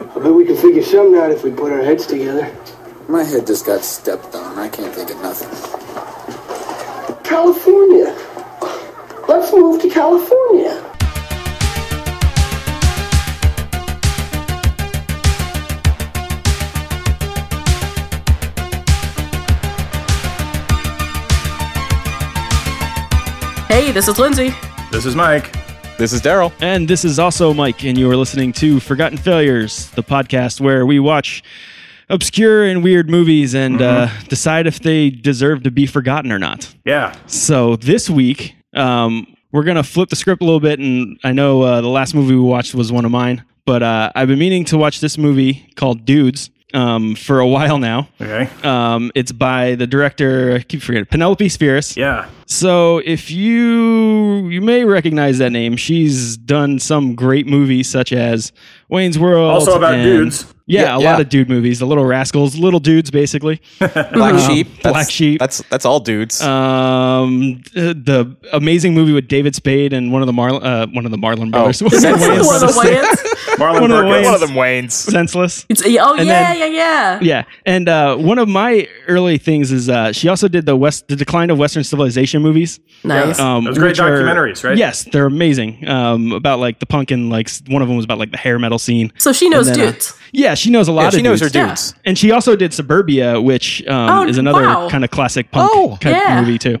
I bet we can figure something out if we put our heads together. My head just got stepped on. I can't think of nothing. California. Let's move to California. Hey, this is Lindsay. This is Mike. This is Daryl. And this is also Mike, and you are listening to Forgotten Failures, the podcast where we watch obscure and weird movies and uh, decide if they deserve to be forgotten or not. Yeah. So this week, um, we're going to flip the script a little bit. And I know uh, the last movie we watched was one of mine, but uh, I've been meaning to watch this movie called Dudes um, for a while now. Okay. Um, it's by the director, I keep forgetting, Penelope Spheris. Yeah. So if you you may recognize that name, she's done some great movies such as Wayne's World. Also about dudes. Yeah, Yeah, a yeah. lot of dude movies. The Little Rascals, Little Dudes, basically. Black sheep. Uh, Black Sheep. Uh, That's that's all dudes. Um, th- the amazing movie with David Spade and one of the Marlon, uh, one of the Marlon Oh. brothers, one of the One Wayans of the brothers. Wayans. Marlon One of the Perkins. Wayans. One of them wanes. senseless. It's- Oh yeah, And then- yeah, yeah. Yeah, and uh, one of my early things is uh, she also did the West, the decline of Western civilization movies. Nice. Um, Those great which are- documentaries, right? Yes, they're amazing. Um, about like the punk and like s- one of them was about like the hair metal scene. so she knows And then, uh, dudes. Yeah, she knows a lot Yeah, of. she knows her dudes. dudes. And she also did Suburbia, which um, Oh, is another wow. kind of classic punk Oh. kind of Yeah. movie too.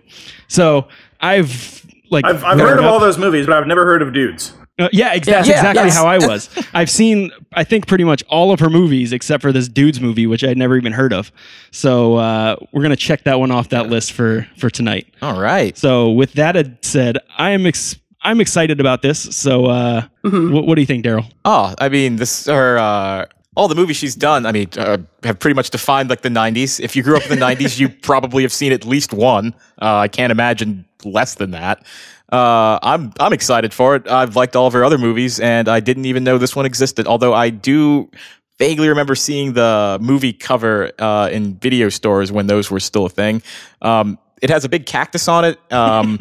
So I've like I've, I've grown heard of up- all those movies, but I've never heard of dudes. Uh, yeah, ex- that's Yeah, exactly yes. how I was. I've seen, I think, pretty much all of her movies except for this dude's movie, which I'd never even heard of. So uh, we're gonna check that one off that list for for tonight. All right. So with that ad- said, I am ex- I'm excited about this. So uh, Mm-hmm. wh- what do you think, Daryl? Oh, I mean, this her uh, all the movies she's done. I mean, uh, have pretty much defined like the '90s. If you grew up in the '90s, you probably have seen at least one. Uh, I can't imagine less than that. Uh, I'm I'm excited for it. I've liked all of her other movies, and I didn't even know this one existed. Although I do vaguely remember seeing the movie cover uh, in video stores when those were still a thing. Um, it has a big cactus on it. Um,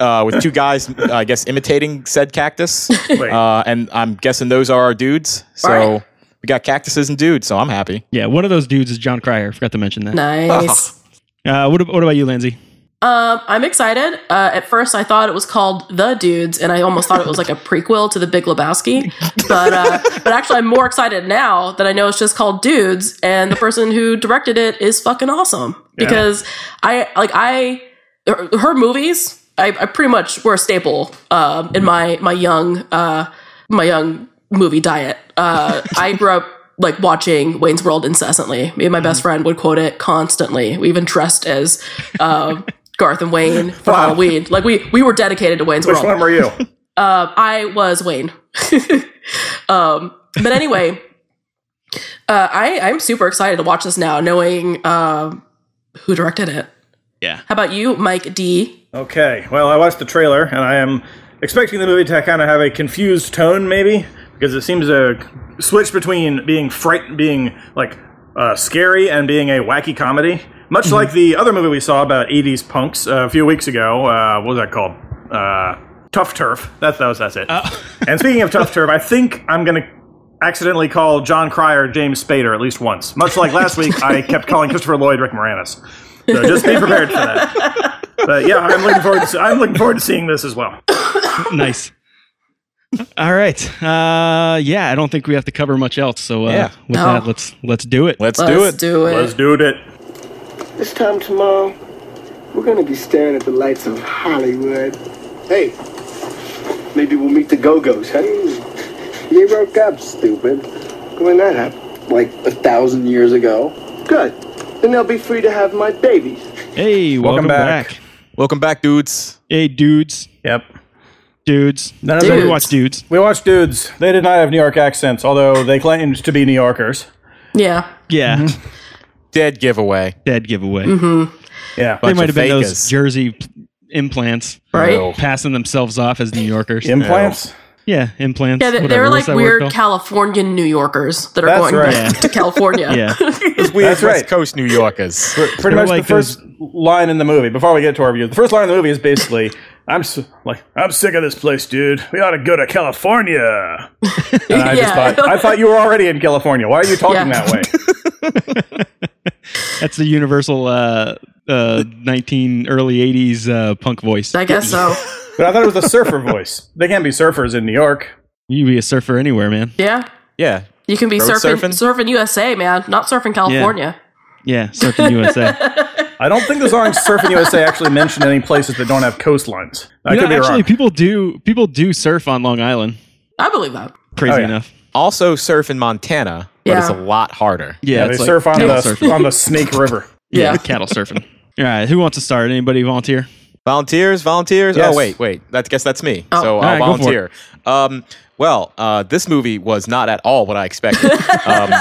Uh, with two guys, I guess, imitating said cactus. Wait. Uh, and I'm guessing those are our dudes. So Alright. we got cactuses and dudes. So I'm happy. Yeah, one of those dudes is John Cryer. I forgot to mention that. nice. Uh, what, ab- what about you, Lindsay? Um, I'm excited. Uh, at first, I thought it was called The Dudes, and I almost thought it was like a prequel to The Big Lebowski. But uh, but actually, I'm more excited now that I know it's just called Dudes, and the person who directed it is fucking awesome because I like I her her movies. I, I pretty much were a staple um, in my my young uh, my young movie diet. Uh, I grew up like watching Wayne's World incessantly. Me and my best friend would quote it constantly. We even dressed as uh, Garth and Wayne for Halloween. Like we we were dedicated to Wayne's Which World. one were you? Um, I was Wayne. um, but anyway, uh, I I'm super excited to watch this now, knowing uh, who directed it. Yeah. How about you, Mike D? Okay. Well, I watched the trailer, and I am expecting the movie to kind of have a confused tone, maybe, because it seems to switch between being fright, being like uh, scary, and being a wacky comedy. Much like the other movie we saw about '80s punks uh, a few weeks ago. Uh, what was that called? Uh, Tough Turf. That, that was that's it. and speaking of Tough Turf, I think I'm gonna accidentally call John Cryer James Spader at least once. Much like last week, I kept calling Christopher Lloyd Rick Moranis. So just be prepared for that but yeah, I'm looking forward. To, I'm looking forward to seeing this as well. nice. All right. Uh, yeah, I don't think we have to cover much else. So uh, Yeah. with No. that, let's let's do it. Let's Let's do it. Do it. Let's do it. This time tomorrow, we're gonna be staring at the lights of Hollywood. Hey, maybe we'll meet the Go-Go's, huh? You woke up, stupid. Hmm, When that happened? Like a thousand years ago. Good. Then they'll be free to have my babies. hey, welcome, back. back. Welcome back, dudes. Hey, dudes, Yep. dudes. None of So Dudes. we watch dudes. We watched dudes. They did not have New York accents, although they claimed to be New Yorkers. Yeah. Yeah, Dead giveaway. dead giveaway. Yeah. They Bunch might of have been those fakas. Jersey p- implants, Right. No. Passing themselves off as New Yorkers. Implants. yeah, implants. Yeah, they, whatever. they're What's like that word weird called? Californian New Yorkers that are That's going right. to California. Yeah. Those weird That's right. West Coast New Yorkers. Pretty They're much like the first line in the movie. Before we get to our review, the first line in the movie is basically I'm s like I'm sick of this place, dude. We ought to go to California. And I just Yeah. thought I thought you were already in California. Why are you talking Yeah. that way? That's the universal uh, uh, 19 early 80s uh, punk voice. I guess so. But I thought it was a surfer voice. They can't be surfers in New York. You can be a surfer anywhere, man. Yeah. Yeah. You can be Road surfing, surfing surfing? USA, man, not surfing California. Yeah, surfing USA. I don't think the song Surfing USA actually mentioned any places that don't have coastlines. I You know, could be actually, wrong. people do people do surf on Long Island. I believe that. Crazy Oh, yeah. enough. Also surf in Montana, but it's a Yeah. lot harder. Yeah, Yeah, it's they like surf on cattle the surfing. on the Snake River. yeah, Yeah. cattle surfing. All right, who wants to start? Anybody volunteer? Volunteers, volunteers. Yes. Oh wait, wait. I guess that's me. Oh. So All I'll right, go for volunteer. Um, well, uh, this movie was not at all what I expected. um,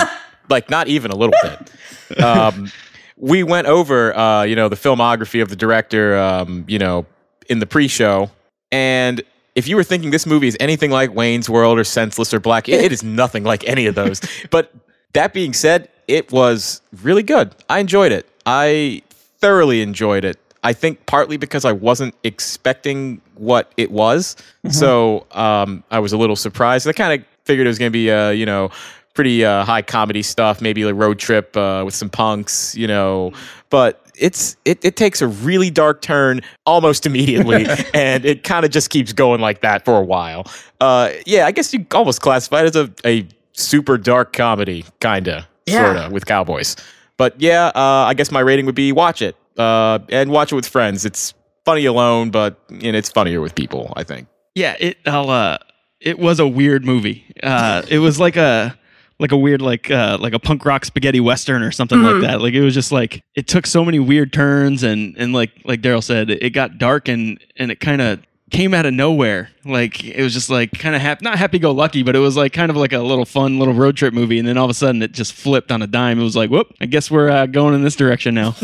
like not even a little bit. Um, we went over, uh, you know, the filmography of the director, um, you know, in the pre-show, and if you were thinking this movie is anything like Wayne's World or Senseless or Black, it- it is nothing like any of those. but that being said, it was really good. I enjoyed it. I thoroughly enjoyed it. I think partly because I wasn't expecting what it was, so um, I was a little surprised. I kind of figured it was going to be, uh, you know, pretty uh, high comedy stuff, maybe like road trip uh, with some punks, you know. But it's it, it takes a really dark turn almost immediately, and it kind of just keeps going like that for a while. Uh, yeah, I guess you almost classify it as a, a super dark comedy, kinda, Yeah. sorta, uh, with cowboys. But yeah, uh, I guess my rating would be watch it uh, and watch it with friends. It's funny alone, but and it's funnier with people. I think. Yeah, it I'll, uh, it was a weird movie. Uh, it was like a like a weird like uh, like a punk rock spaghetti western or something like that. Like it was just like it took so many weird turns and and like like Daryl said, it got dark and and it kind of came out of nowhere. Like it was just like kind of hap- not happy go lucky, but it was like kind of like a little fun little road trip movie. And then all of a sudden it just flipped on a dime. It was like whoop, I guess we're uh, going in this direction now.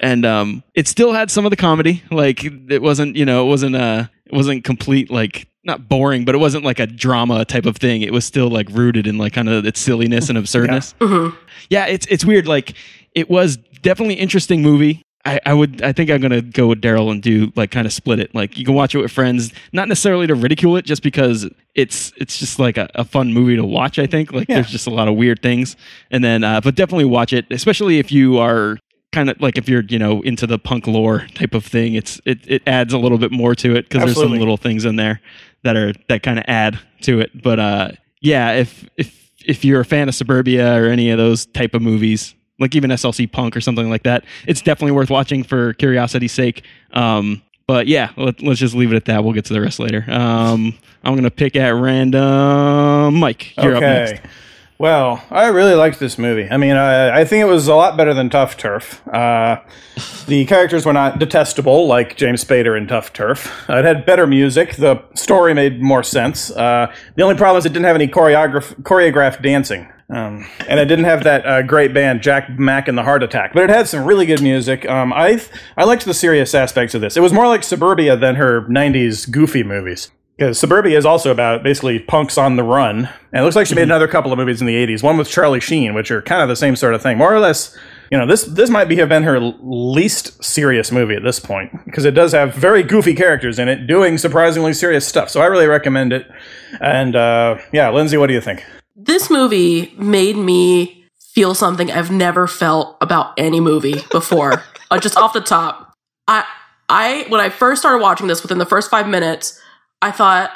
and um, it still had some of the comedy. Like it wasn't you know it wasn't uh it wasn't complete like not boring, but it wasn't like a drama type of thing. It was still like rooted in like kind of its silliness and absurdness. Yeah. it's it's weird. Like it was definitely interesting movie. I, I would I think I'm gonna go with Daryl and do like kind of split it. Like you can watch it with friends, not necessarily to ridicule it, just because it's it's just like a, a fun movie to watch. I think like there's just a lot of weird things, and then uh, but definitely watch it, especially if you are kind of like if you're you know into the punk lore type of thing it's it, it adds a little bit more to it because there's some Absolutely. little things in there that are that kind of add to it but uh yeah if if if you're a fan of suburbia or any of those type of movies like even slc punk or something like that it's definitely worth watching for curiosity's sake um but yeah let, let's just leave it at that we'll get to the rest later um i'm gonna pick at random mike you're up next Well, I really liked this movie. I mean, I, I think it was a lot better than Tough Turf. Uh, the characters were not detestable like James Spader in Tough Turf. Uh, it had better music. The story made more sense. Uh, the only problem is it didn't have any choreograph- choreographed dancing. Um, and it didn't have that uh, great band Jack Mack and the Heart Attack, but it had some really good music. Um, I th- I liked the serious aspects of this. It was more like Suburbia than her '90s goofy movies. Because Suburbia is also about basically punks on the run. And it looks like she made another couple of movies in the 80s, one with Charlie Sheen, which are kind of the same sort of thing. More or less, you know, this this might be have been her l- least serious movie at this point because it does have very goofy characters in it doing surprisingly serious stuff. So I really recommend it. And uh, yeah, Lindsay, what do you think? This movie made me feel something I've never felt about any movie before. uh, just off the top. I I when I first started watching this within the first 5 minutes, I thought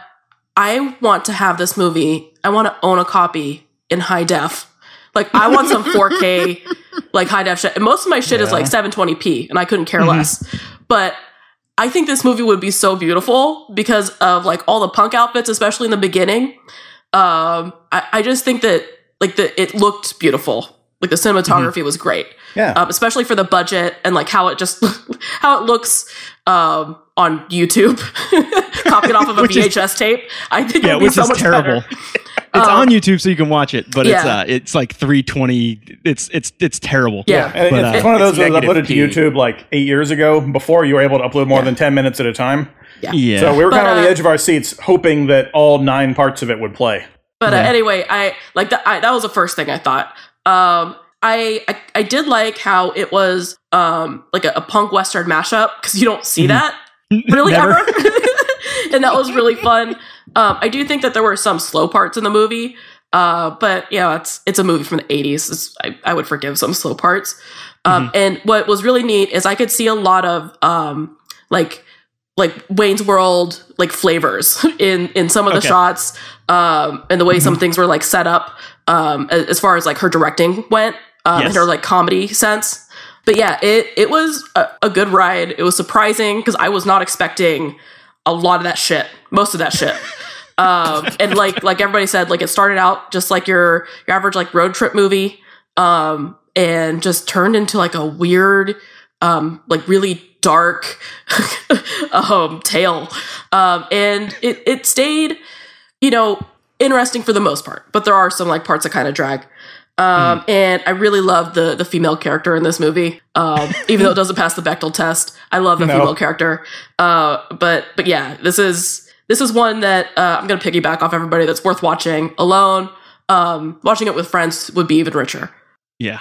I want to have this movie. I want to own a copy in high def. Like I want some 4K like high def shit. And most of my shit is like 720p and I couldn't care less. But I think this movie would be so beautiful because of like all the punk outfits, especially in the beginning. Um, I, I just think that like the it looked beautiful. Like the cinematography Mm-hmm. was great, Yeah. um, especially for the budget and like how it just how it looks um, on YouTube, copying off of a Which is- VHS tape. I think yeah, it'd be which so is much terrible. better. It's on Um, YouTube, so you can watch it, but it's Yeah. uh, it's like three twenty. It's it's it's terrible. Yeah. And But, it's, uh, it's one of those it's that was uploaded negative to P. YouTube like eight years ago before you were able to upload more Yeah. than 10 minutes at a time. yeah. So we were But, kind of on the uh, edge of our seats hoping that all nine parts of it would play. But Yeah. uh, anyway, I like that. I, that was the first thing I thought. Um, I, I Mm-hmm. I did like how it was um like a, a punk western mashup because you don't see that really Never. ever. and that was really fun. Um, I do think that there were some slow parts in the movie, uh, but you know, it's it's a movie from the '80s. It's, I, I would forgive some slow parts. Um, Mm-hmm. And what was really neat is I could see a lot of um, like like Wayne's World like flavors in in some of the Okay. Mm-hmm. shots um, and the way some things were like set up um, a- as far as like her directing went um, Yes. and her like comedy sense. But yeah, it it was a, a good ride. It was surprising because I was not expecting a lot of that shit, most of that shit. um, and like like everybody said, like it started out just like your your average like road trip movie, um, and just turned into like a weird, um, like really dark um, tale, um, and it it stayed, you know, interesting for the most part. But there are some like parts that kind of drag. Um, And I really love the the female character in this movie, um, even though it doesn't pass the Bechtel test. I love the No. female character. Uh, but but yeah, this is this is one that uh, I'm gonna piggyback off everybody that's worth watching alone. Um, watching it with friends would be even richer. Yeah.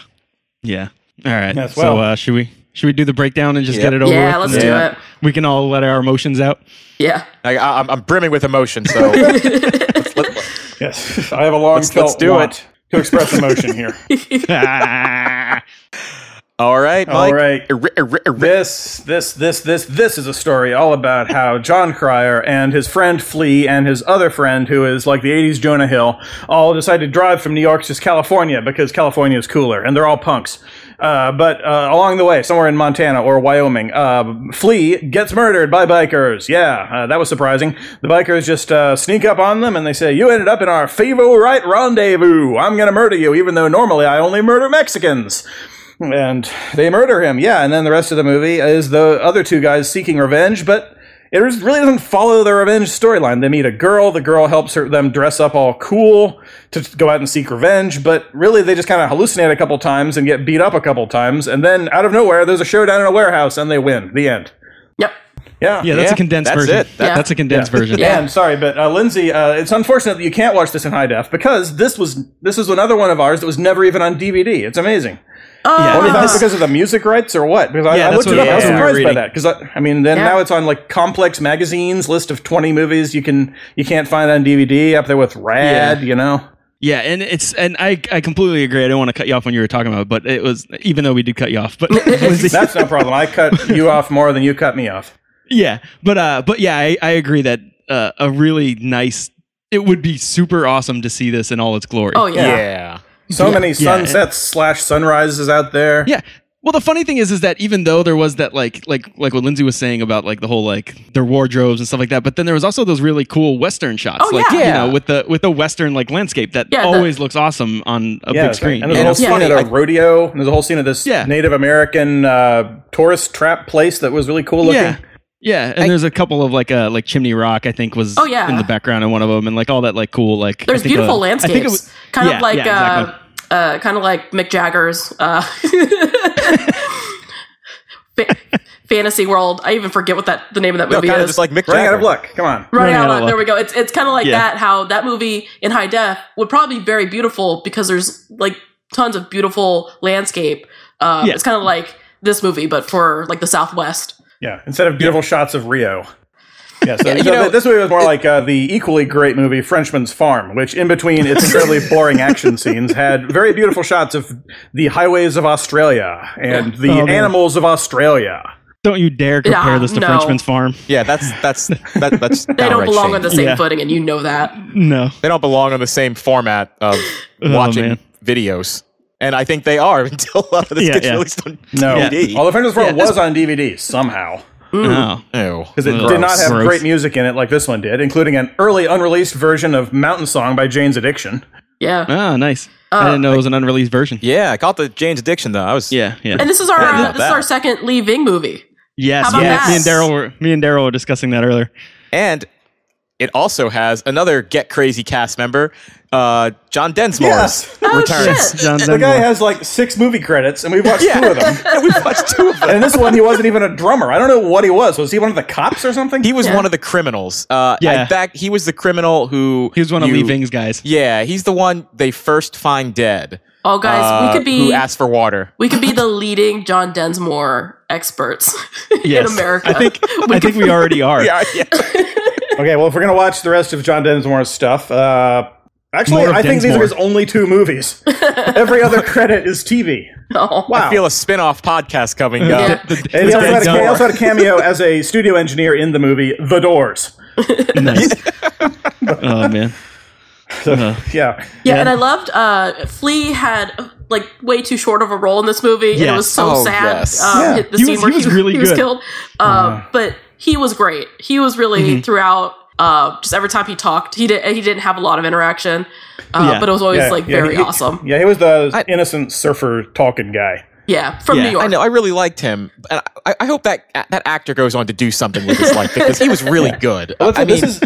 Yeah. All right. Yes, so well. uh, should we should we do the breakdown and just Yeah. get it over yeah, with? let's And do it. We can all let our emotions out. Yeah. I, I, I'm, I'm brimming with emotion, so let's, let- Yes, I have a long Let's- felt let's do want to express emotion here. all right, Mike. All right. Eri- eri- eri- This, this, this, this, this is a story all about how John Cryer and his friend Flea and his other friend, who is like the 80s Jonah Hill, all decide to drive from New York to California because California is cooler and they're all punks. Uh, but uh, along the way, somewhere in Montana or Wyoming, uh, Flea gets murdered by bikers. Yeah, uh, that was surprising. The bikers just uh, sneak up on them and they say, You ended up in our Favo Right rendezvous. I'm going to murder you, even though normally I only murder Mexicans and they murder him. Yeah, and then the rest of the movie is the other two guys seeking revenge, but it res- really doesn't follow the revenge storyline. They meet a girl. The girl helps her, them dress up all cool to go out and seek revenge, but really they just kind of hallucinate a couple times and get beat up a couple times, and then out of nowhere there's a showdown in a warehouse and they win. The end. Yep. Yeah. Yeah, that's Yeah, a condensed that's version. it. That- Yeah. That's a condensed version. Yeah. And sorry, but uh, Lindsay, uh, it's unfortunate that you can't watch this in high def because this was this is another one of ours that was never even on DVD. It's amazing. I Oh, wonder if Yeah. that's because of the music rights or what. Because I, Yeah, I that's looked it what- up. I was yeah, surprised yeah. by that. Because I, I mean, then Yeah. now it's on like Complex Magazine's list of twenty movies you can you can't find on DVD. Up there with Rad, you know. Yeah, and it's and I I completely agree. I didn't want to cut you off when you were talking about, it, but it was even though we did cut you off, but was it- That's no problem. I cut you off more than you cut me off. yeah, but uh, but yeah, I, I agree that uh, a really nice. It would be super awesome to see this in all its glory. oh yeah. yeah. So many yeah, and- sunsets slash sunrises out there. Yeah. Well, the funny thing is, is that even though there was that, like, like, like what Lindsay was saying about like the whole like their wardrobes and stuff like that, but then there was also those really cool Western shots, Oh, like yeah. you know, with the with the Western like landscape that Yeah, the- always looks awesome on a Yeah, big screen. and there's you a know? whole scene Yeah. at a rodeo. And there's a whole scene at this Yeah. Native American uh, tourist trap place that was really cool looking. Yeah. Yeah, and there's a couple of like uh like Chimney Rock I think was Oh, yeah. in the background in one of them, and like all that like cool like I There's think, beautiful uh, I landscapes. think it was- kind yeah, of like yeah, exactly. uh, uh, kind of like Mick Jagger's uh, fa- fantasy world. I even forget what that the name of that No, movie kind of is. just like Mick Running out of Jagger. luck. Come on. Running Running out Out of of luck. There we go. It's it's kind of like Yeah. that. How that movie in high def would probably be very beautiful because there's like tons of beautiful landscape. Uh, Yeah. It's kind of like this movie, but for like the Southwest. Yeah, instead of beautiful shots of Rio. Yeah, so, you so know- th- this movie was more like uh, the equally great movie Frenchman's Farm, which in between its incredibly boring action scenes had very beautiful shots of the highways of Australia and the Oh, man. animals of Australia. Don't you dare compare Yeah, this to no. Frenchman's Farm. Yeah, that's that's that, that's They don't belong on the same Yeah. footing, and you know that. No. They don't belong on the same format of watching Oh, man. videos. And I think they are until a lot of this Yeah, gets yeah. released on No, DVD. although Frenchman's Farm Yeah. was on DVD somehow No. Ew. because it Ugh. did not have Gross. great music in it like this one did, including an early unreleased version of Mountain Song by Jane's Addiction. Yeah. Ah, nice. I didn't Uh, know it was an unreleased version. Yeah, I caught the Jane's Addiction though. I was Yeah, yeah. And this is our uh, not this is bad. our second Lee Ving movie. yes, How about yes. that? Me and Daryl were me and Daryl were discussing that earlier. and it also has another Get Crazy cast member, uh, John Densmore's Yeah. returns. Oh, shit. John The guy Dunmore. has like six movie credits, and we watched two of them. and we watched two of them. And in this one, he wasn't even a drummer. I don't know what he was. Was he one of the cops or something? He was Yeah. one of the criminals. Uh, Yeah. In fact, he was the criminal who He was one of you- Lee Ving's guys. Yeah, he's the one they first find dead. Oh, guys, uh, we could be who asked for water. we could be the leading John Densmore experts Yes. in America. I think I think we already are. Yeah, yeah. Okay, well, if we're gonna watch the rest of John Densmore's stuff, uh, actually, More of I think these are Densmore. his only two movies. Every other credit is TV. Oh. Wow. I feel a spin-off podcast coming uh, up. Yeah. and he also, had a, Densmore. he also had a cameo as a studio engineer in the movie The Doors. Nice. oh man. Uh, Yeah. Yeah, and I loved uh, Flea had like way too short of a role in this movie, and it Yes. was so Oh, sad. yes. Um, Yeah. hit The He scene was- where he was really he was good. killed, um, but he was great. He was really Mm-hmm. throughout. Uh, just every time he talked, he didn't he didn't have a lot of interaction, uh, Yeah. but it was always Yeah, like yeah, very he- awesome. Yeah, he was the I- innocent surfer talking guy. Yeah, from Yeah, New York. I know. I really liked him, and I, I hope that that actor goes on to do something with his life because he was really good. I mean, this is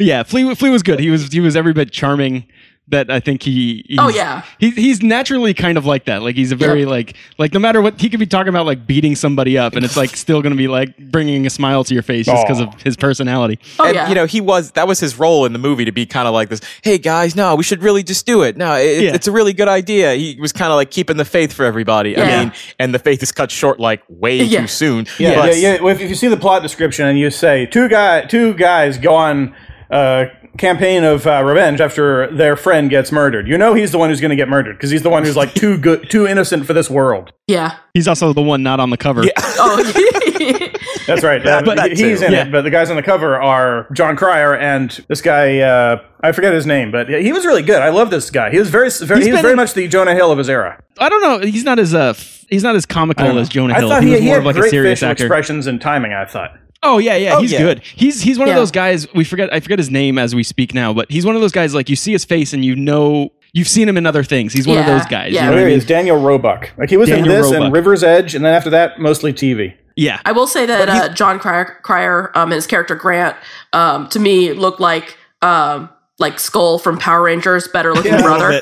yeah, Flea Flea was good. He was he was every bit charming. That I think he. He's, Oh, yeah. He, he's naturally kind of like that. Like he's a very like like no matter what he could be talking about like beating somebody up, and it's like still going to be like bringing a smile to your face just because Aw. of his personality. Oh and yeah, you know, he was that was his role in the movie to be kind of like this. Hey guys, no, we should really just do it. No, it, Yeah. it's a really good idea. He was kind of like keeping the faith for everybody. Yeah. I mean, and the faith is cut short like way Yeah. too soon. Yeah, but- yeah, yeah. Well, If, if you see the plot description and you say two guy, two guys go on a campaign of uh, revenge after their friend gets murdered, you know he's the one who's going to get murdered because he's the one who's like too good, too innocent for this world. yeah. He's also the one not on the cover. Yeah. Oh, That's right. Uh, But- he- he's in Yeah. it, but the guys on the cover are John Cryer and this guy. Uh, I forget his name, but he was really good. I love this guy. He was very, very He's he was been very in- much the Jonah Hill of his era. I don't know. He's not as uh f- he's not as comical as Jonah I Hill. thought he, he, was he more had of like great a serious facial actor. expressions and timing. I thought. Oh yeah, yeah, he's yeah. good. He's he's one Yeah. of those guys. We forget. I forget his name as we speak now, but he's one of those guys. Like you see his face, and you know you've seen him in other things. He's one of Yeah, those guys. yeah. You know Oh, what I there he mean? is, Daniel Roebuck. Like he was in Daniel this and Roebuck. River's Edge, and then after that, mostly TV. Yeah. I will say that uh, John Cryer, Cryer um, and his character Grant, um, to me looked like um, like Skull from Power Rangers, better looking brother,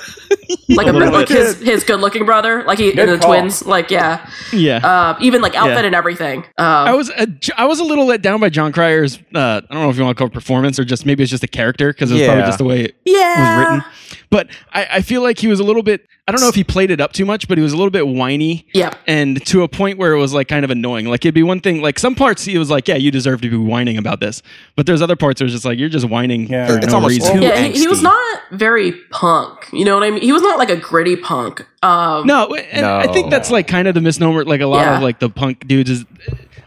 like a, little like bit. his his good looking brother, like he Good and the call. twins, like yeah, yeah. uh, even like outfit Yeah. and everything. I Um, was uh, j- I was a little let down by John Cryer's. Uh, I don't know if you want to call it performance or just maybe it's just a character because it was probably Yeah. just the way it yeah, was written. But I, I feel like he was a little bit. I don't know if he played it up too much, but he was a little bit whiny. Yep. And to a point where it was like kind of annoying. Like it'd be one thing. Like some parts he was like, "Yeah, you deserve to be whining about this," but there's other parts where it's just like you're just whining Yeah. for It's no almost reason. too- yeah. He, he was angsty. not very punk, you know what I mean. He was not like a gritty punk. Um, No, and No. I think that's like kind of the misnomer. Like a lot Yeah. of like the punk dudes is.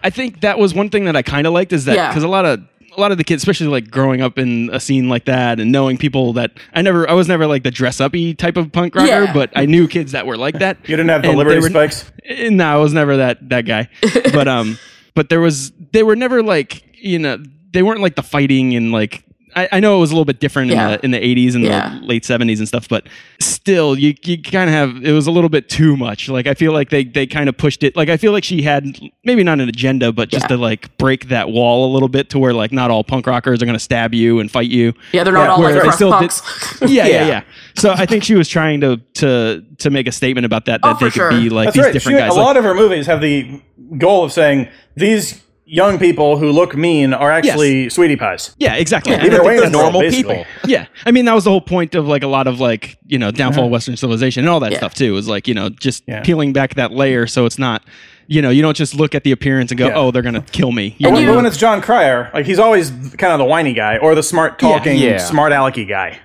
I think that was one thing that I kind of liked is that Yeah. because a lot of a lot of the kids, especially like growing up in a scene like that and knowing people that I never, I was never like the dress uppy type of punk rocker, Yeah. but I knew kids that were like that. You didn't have the And they Liberty were- Spikes. Eh, No, I was never that that guy. But um, but there was they were never like you know they weren't like the fighting and like I, I know it was a little bit different Yeah. in the in the eighties and Yeah. the late seventies and stuff, but still you you kind of have it was a little bit too much. Like I feel like they they kind of pushed it. Like I feel like she had maybe not an agenda, but just Yeah. to like break that wall a little bit to where like not all punk rockers are gonna stab you and fight you. yeah, they're not all where like they crust still did- punks. Yeah, yeah, yeah. So I think she was trying to to to make a statement about that that Oh, they could for sure. be like That's these right. different She- guys. a Like, lot of her movies have the goal of saying these young people who look mean are actually sweetie pies. yeah, exactly. Yeah. And I Either think way, they're that's all, normal basically. people. Yeah, I mean that was the whole point of like a lot of like you know downfall of Western civilization and all that Yeah. stuff too. Is like you know just Yeah. peeling back that layer so it's not you know you don't just look at the appearance and go Yeah. oh they're gonna kill me. You But when- know? but when it's John Cryer, like he's always kind of the whiny guy or the smart talking, Yeah. smart alecky guy.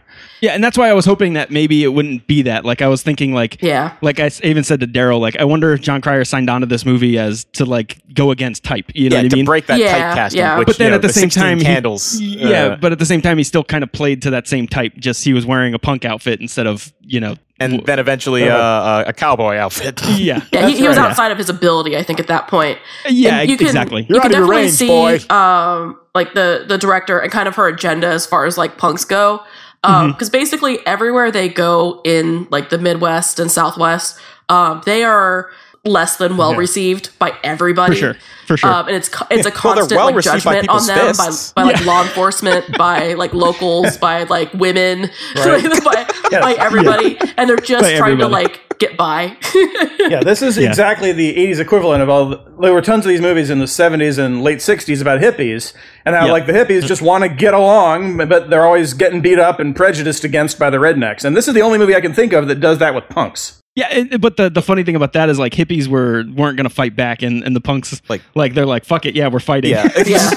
yeah, and that's why I was hoping that maybe it wouldn't be that. Like I was thinking like Yeah. like I s- even said to Daryl like I wonder if John Cryer signed on to this movie as to like go against type. You know yeah, what I to mean? break that Yeah, typecasting. yeah. Which, but then you know, at the, same 16 time, he- candles. yeah, uh, but at the same time, he still kind of played to that same type. Just he was wearing a punk outfit instead of you know, and then eventually uh, uh-huh. uh, a cowboy outfit. yeah, Yeah, he, he was right. outside of his ability, I think, at that point. yeah, And you can- exactly. You You're can out of your definitely range, see, boy. um, like the the director and kind of her agenda as far as like punks go, because Mm-hmm. basically everywhere they go in like the Midwest and Southwest, um, they are less than well received by everybody. For sure. For sure. Um, and it's co- it's a Well, they're constant well like received by judgment on people's them fists. by, by like law enforcement, by like locals, by like women, by, by everybody, and they're just By trying to everybody. like get by. Yeah, this is exactly the 80s equivalent of all. The, there were tons of these movies in the 70s and late 60s about hippies, and how, Yeah. like, the hippies just want to get along, but they're always getting beat up and prejudiced against by the rednecks. And this is the only movie I can think of that does that with punks. Yeah, and, but the, the funny thing about that is like hippies were weren't gonna fight back, and, and the punks like Like- like they're like fuck it, yeah, we're fighting, Yeah. Yeah.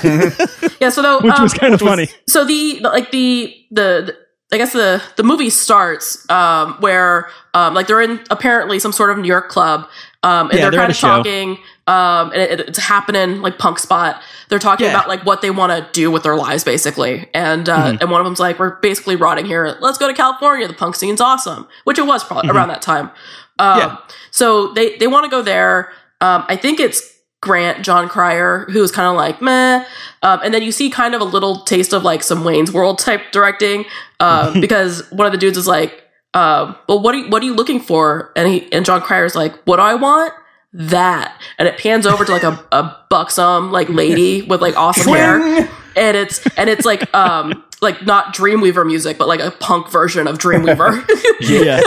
yeah. So though, which um, was kind of funny. so the like the the I guess the the movie starts um, where um, like they're in apparently some sort of New York club um, and Yeah, they're, they're at kind a of show. talking um, and it, it's happening like punk spot. They're talking Yeah. about like what they want to do with their lives basically, and uh, Mm-hmm. and one of them's like we're basically rotting here. Let's go to California. The punk scene's awesome, which it was probably around that time. Um, Mm-hmm. Yeah. So they they want to go there. Um, I think it's Grant John Cryer who's kind of like meh, um, and then you see kind of a little taste of like some Wayne's World type directing um, because one of the dudes is like, um, "Well, what are you, what are you looking for?" And he and John Cryer's like, "What do I want?" That and it pans over to like a, a buxom like lady with like awesome hair, and it's and it's like um like not Dreamweaver music, but like a punk version of Dreamweaver. yeah,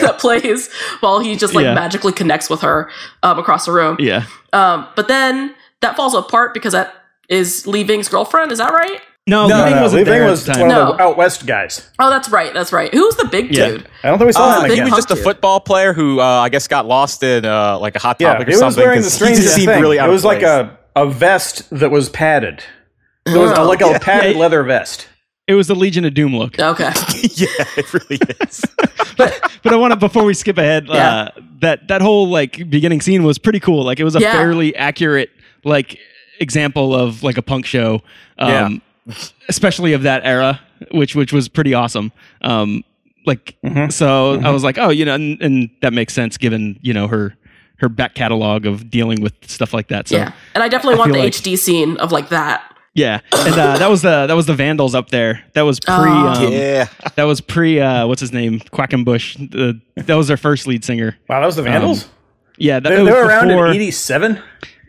that plays while he just like Yeah. magically connects with her um, across the room. yeah. Um, but then that falls apart because that is Lee Bing's girlfriend. Is that right? No, No, Lee Bing no, wasn't Lee there Bing at was the one time. of the No. out west guys. Oh, that's right. That's right. Who's the big Yeah. dude? I don't think we saw Oh, I him think again. he was just a Yeah. football player who uh, I guess got lost in uh, like a hot yeah, topic he or was something. wearing the 'cause he strangest just seemed thing. really out it of was like place. a a vest that was padded. It was a, like a padded Yeah. leather vest. It was the Legion of Doom look. Okay. yeah, it really is. but I want to before we skip ahead. Yeah. Uh, that that whole like beginning scene was pretty cool. Like it was a Yeah. fairly accurate like example of like a punk show. Um, especially of that era, which which was pretty awesome. Um, like so, I was like, oh, you know, and, and that makes sense given you know her her back catalog of dealing with stuff like that. So yeah. And I definitely I want feel the like- HD scene of like that. yeah, and uh, that was the that was the Vandals up there. That was pre. Oh. um, yeah, That was pre. Uh, what's his name? Quackenbush. The, that was their first lead singer. Wow, that was the Vandals. Yeah, that, Um, they, it they was were around before- in '87.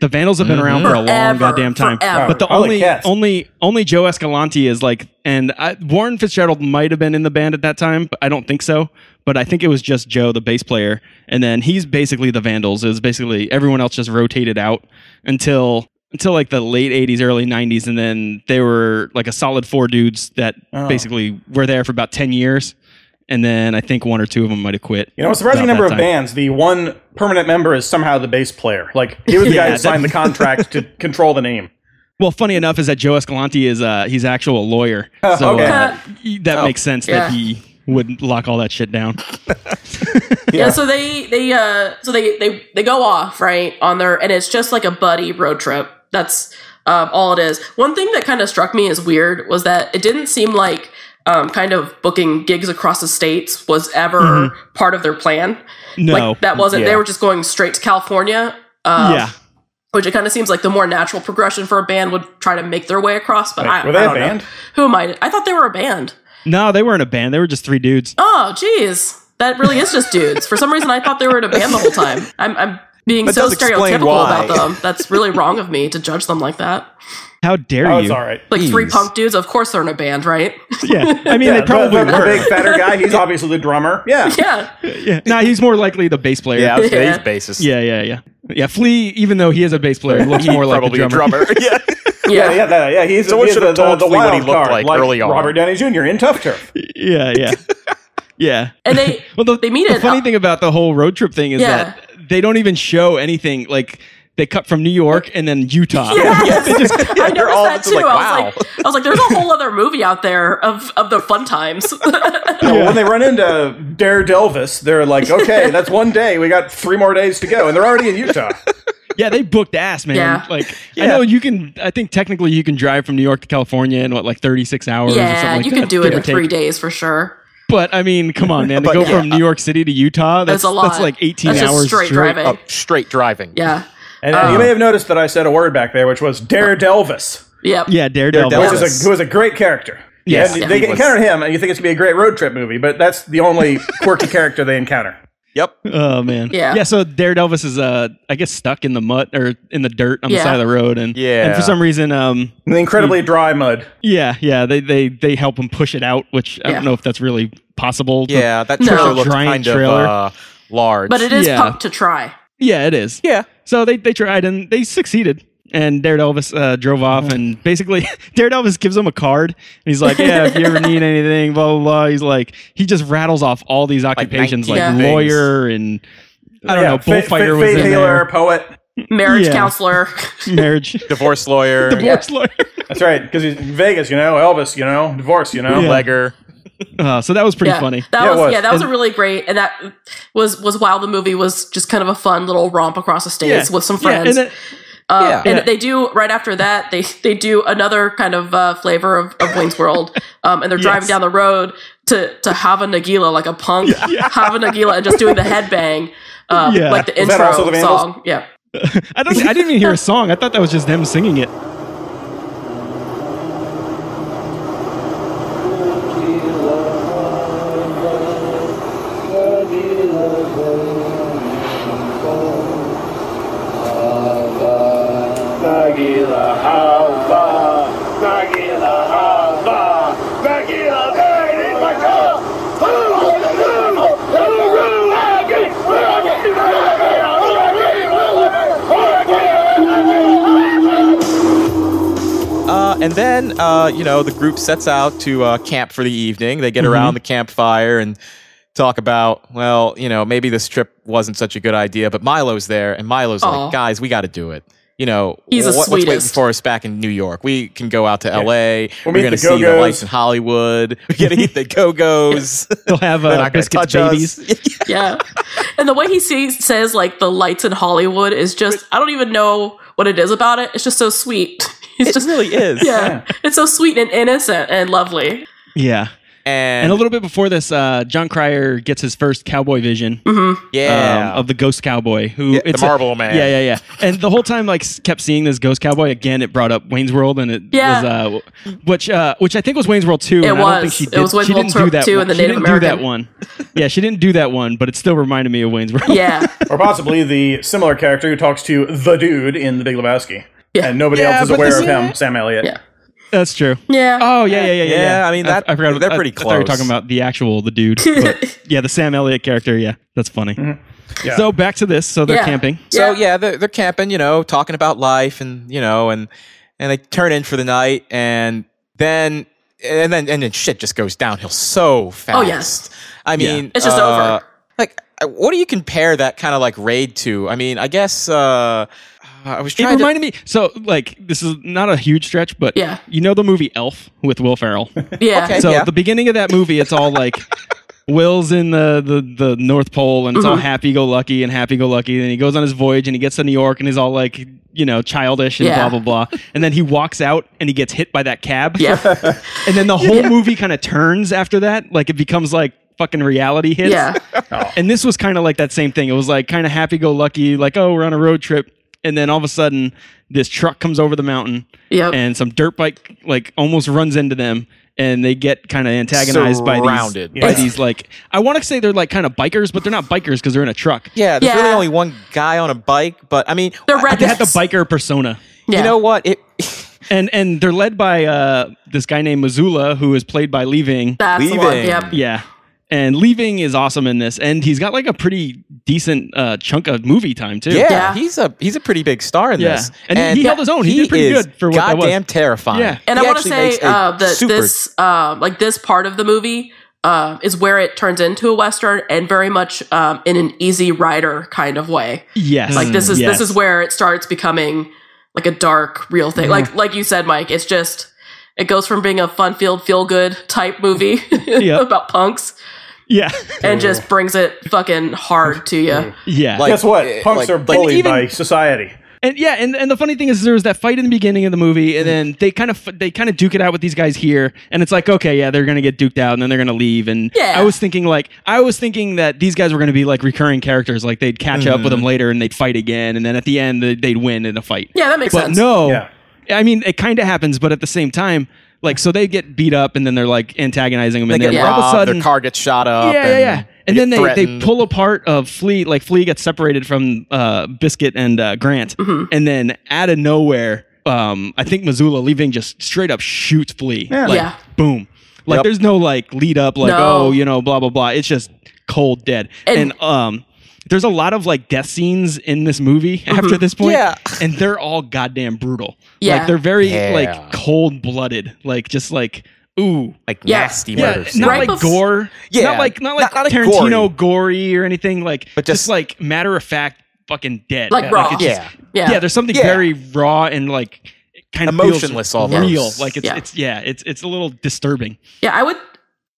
The Vandals have been around for a long Forever, goddamn time. forever. But the Holy only cats. only only Joe Escalante is like, and I, Warren Fitzgerald might have been in the band at that time, but I don't think so. But I think it was just Joe, the bass player, and then he's basically the Vandals. It was basically everyone else just rotated out until until like the late '80s, early '90s, and then they were like a solid four dudes that Oh. basically were there for about ten years, and then I think one or two of them might have quit. You know, a surprising about number that of time. bands. The one permanent member is somehow the bass player. Like he was the guy Yeah, who signed the contract to control the name. Well, funny enough is that Joe Escalante is uh he's actual lawyer, so okay. uh, y- that makes sense that Yeah. he would lock all that shit down. Yeah. so they they uh so they they they go off right on their and it's just like a buddy road trip. That's um, all it is. One thing that kind of struck me as weird was that it didn't seem like um, kind of booking gigs across the states was ever part of their plan. Mm-hmm. No, Like that wasn't. They Yeah. were just going straight to California. Um, yeah, Which it kind of seems like the more natural progression for a band would try to make their way across. But I, were they I a don't know. band? Who am I? I thought they were a band. no, they weren't a band; they were just three dudes. Oh, geez. That really is just dudes. For some reason, I thought they were in a band the whole time. I'm, I'm being That so does explain stereotypical why. about them. That's really wrong of me to judge them like that. How dare Oh, you? it's all right. Like three Jeez. punk dudes, of course they're in a band, right? Yeah, I mean Yeah, they probably the, the, the were. big fatter guy. He's obviously the drummer. Yeah. yeah. yeah, no, he's more likely the bass player. yeah, I was gonna- Yeah. he's bassist. yeah, yeah, yeah. Yeah, Flea, even though he is a bass player, looks He more like probably a drummer. a drummer. yeah, Yeah, yeah, that, yeah. He's, Someone he's should the, have the, told the Flea what wild he looked card, like early on. Robert Downey Jr. in Tough Turf. Yeah, yeah, yeah. And they Well, the, they meet the at funny thing about the whole road trip thing is Yeah. that they don't even show anything. Like they cut from New York and then Utah. Yes. I they're noticed all that just too. like, I wow. was like, I was like, there's a whole other movie out there of of the fun times. Well, when they run into Dare Delvis, they're like, okay, that's one day. We got three more days to go. And they're already in Utah. Yeah, they booked ass, man. Yeah. Like I know you can. I think technically you can drive from New York to California in what like thirty six hours. or something yeah, like you that, can do it give or in three take. days for sure. But I mean, come on, man. To But go yeah. from New York City to Utah, that's, That's a lot. That's like eighteen That's just hours straight driving. Up straight driving. Yeah. And uh, you may have noticed that I said a word back there, which was Dare Delvis, Yep. Yeah, Daredevil. which Daredevil. is a, who is a great character. Yes. And Yeah. they He was- encounter him, and you think it's going to be a great road trip movie, but that's the only quirky character they encounter. Yep. Hmm. Oh man. Yeah. Yeah. So Daredevil is uh, I guess stuck in the mud or in the dirt on the Yeah. side of the road, and Yeah. and for some reason, um, The incredibly dry mud. yeah, yeah, they they they help him push it out, which I Yeah. don't know if that's really possible. but- Yeah, that No. trailer looked Giant kind trailer. of uh, large. But it is Yeah. punk to try. yeah, it is. yeah, So they they tried and they succeeded. and Dared Elvis uh, drove off, and basically Dared Elvis gives him a card, and he's like, "Yeah, if you ever need anything, blah blah blah." He's like, he just rattles off all these occupations, like, 19 things. lawyer and I don't know, Fa- bullfighter fa- was fate in healer, there, poet. Marriage Yeah. counselor. marriage, Divorce lawyer, divorce lawyer. That's right, because he's in Vegas, you know, Elvis, you know, divorce, you know. Yeah. legger. Uh, so that was pretty yeah, funny. That Yeah, it was, was. yeah, that was a really great, and that was was while the movie was just kind of a fun little romp across the states with some friends. Yeah, and then- Uh, Yeah. And Yeah. they do right after that. They they do another kind of uh, flavor of, of Wayne's World, um, and they're driving Yes. down the road to to Hava Nagila like a punk Hava Nagila and just doing the headbang, um, Yeah. like the Was that intro also the Vandals? song. Yeah, I don't. I didn't even hear a song. I thought that was just them singing it. Uh, and then, uh, you know, the group sets out to uh, camp for the evening. They get around the campfire and talk about, well, you know, maybe this trip wasn't such a good idea, but Milo's there, and Milo's Aw. like, guys, we got to do it. You know, He's the what- what's waiting sweetest. for us back in New York? We can go out to L.A. We'll We're meet going to the see the Go-Go's. lights in Hollywood. We're going to eat the Go Go's. They'll have They're uh, not going to biscuits, touch babies. us. yeah. and the way he sees, says like the lights in Hollywood is just I don't even know what it is about it. It's just so sweet. It's it just really is. yeah, it's so sweet and innocent and lovely. Yeah. And a little bit before this, uh, John Cryer gets his first cowboy vision yeah, um, of the ghost cowboy who the Marble a, Man. Yeah, yeah, yeah. And the whole time, like, s- kept seeing this ghost cowboy again. It brought up Wayne's World, and it Yeah. was uh, w- which uh, which I think was Wayne's World two. It and I don't think was. she It did. was Wayne's she World didn't do 2 that and one. the She Native didn't do that American. one. Yeah, she didn't do that one, but it still reminded me of Wayne's World. Yeah, Or possibly the similar character who talks to the dude in The Big Lebowski. Yeah. And nobody Yeah, else is but aware this- of him, Sam Elliott. Yeah. That's true. yeah. Oh yeah, yeah, yeah, yeah. Yeah, I mean, that- they're I- pretty I thought you close. were talking about the actual the dude. but yeah, the Sam Elliott character. Yeah, that's funny. Mm-hmm. Yeah. So back to this. So they're Yeah. camping. So yeah, they're, they're camping, you know, talking about life, and you know, and and they turn in for the night, and then and then and then shit just goes downhill so fast. Oh, yes. I mean, It's just uh, over. Like, uh, what do you compare that kind of like raid to? I mean, I guess uh, I was It trying to. reminded me. So like, this is not a huge stretch, but Yeah. you know the movie Elf with Will Ferrell. yeah. Okay. so yeah. the beginning of that movie, it's all like. Will's in the, the, the North Pole and it's all happy go lucky and happy go lucky. And he goes on his voyage and he gets to New York and he's all like, you know, childish and Yeah. blah, blah, blah. And then he walks out and he gets hit by that cab. Yeah. And then the whole movie kind of turns after that. Like it becomes like fucking reality hits. Yeah. And this was kind of like that same thing. It was like kind of happy go lucky, like, oh, we're on a road trip. And then all of a sudden, this truck comes over the mountain Yep. and some dirt bike like almost runs into them and they get kind of antagonized Surrounded. by these by It's- these like I want to say they're like kind of bikers but they're not bikers because they're in a truck. yeah, there's Yeah. really only one guy on a bike, but I mean, They're I- They had the Yes. biker persona. yeah. you know what? It And and they're led by uh this guy named Missoula who is played by Leaving. That's the one. Leaving. Yep. Yeah. And Leaving is awesome in this and he's got like a pretty decent uh chunk of movie time too. Yeah, Yeah. he's a he's a pretty big star in Yeah. this, And he- he held his own. He did pretty is good for what that was. goddamn terrifying. Yeah. And He I want to actually say makes a uh, that super this, uh, like this part of the movie, uh, is where it turns into a western and very much um, in an easy rider kind of way. Yes. Like this is Yes. this is where it starts becoming like a dark, real thing. Like like you said, Mike, it's just it goes from being a fun field, feel good type movie about punks Yeah. and just brings it fucking hard to you. yeah. Like- Guess what? eh, Punks like- are like bullied even- by society. And yeah, and, and the funny thing is there was that fight in the beginning of the movie, and then they kind of they kind of duke it out with these guys here, and it's like okay, yeah, they're gonna get duked out, and then they're gonna leave. And Yeah. I was thinking like I was thinking that these guys were gonna be like recurring characters, like they'd catch up with them later and they'd fight again, and then at the end they- they'd win in a fight. Yeah, that makes but sense. no, Yeah. I mean it kind of happens, but at the same time, like so they get beat up, and then they're like antagonizing them, They get and then all of a robbed. sudden their car gets shot up. yeah, and yeah, yeah. And then get they, they threatened. pull apart of Flea, like Flea gets separated from uh, Biscuit and uh, Grant, Mm-hmm. and then out of nowhere, um, I think Missoula leaving just straight up shoots Flea, like Yeah. boom. Like Yep. there's no like lead up, like No. oh you know blah blah blah. It's just cold dead. And- And, um, there's a lot of like death scenes in this movie after this point, Yeah. and they're all goddamn brutal. Mm-hmm. Yeah. like they're very Yeah. like cold blooded, like just like ooh. Like Yeah. nasty Yeah, murder not Right like bef- gore. Yeah. not like not like Not- not like Tarantino gory. or anything. Like, But but just- just, like matter of fact, fucking dead. Like raw. it's Yeah. Yeah. yeah. There's something Yeah. very raw and like it kind of Emotionless feels almost. real. Like it's Yeah. it's yeah, it's it's a little disturbing. Yeah, I would.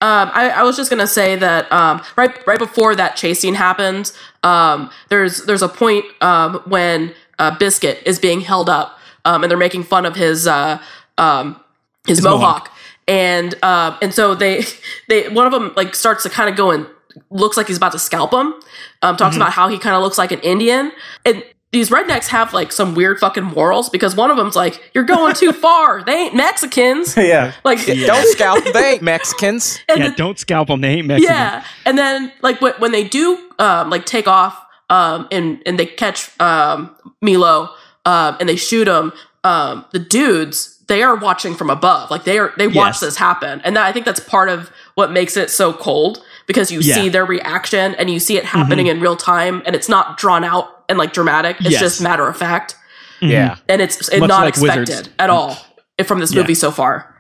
Um, I, I was just gonna say that um, right right before that chase scene happens, um, there's there's a point um, when uh, Biscuit is being held up, um, and they're making fun of his uh, um, his, mohawk. and um, and so they they one of them like starts to kind of go and looks like he's about to scalp him. Um, talks about how he kind of looks like an Indian, and these rednecks have like some weird fucking morals because one of them's like, "You're going too far. They ain't Mexicans." yeah. Like Don't scalp. They ain't Mexicans. and yeah, the- don't scalp them. They ain't Mexican. yeah, and then like when, when they do um, like take off um, and and they catch um, Milo um, and they shoot him, um, the dudes they are watching from above, like they are they watch Yes. this happen, and that, I think that's part of what makes it so cold because you Yeah. Mm-hmm. see their reaction and you see it happening in real time, and it's not drawn out and like dramatic. It's Yes. just matter of fact, Mhm. Yeah. and it's it Much not like expected Wizards. at all from this Yeah. movie so far.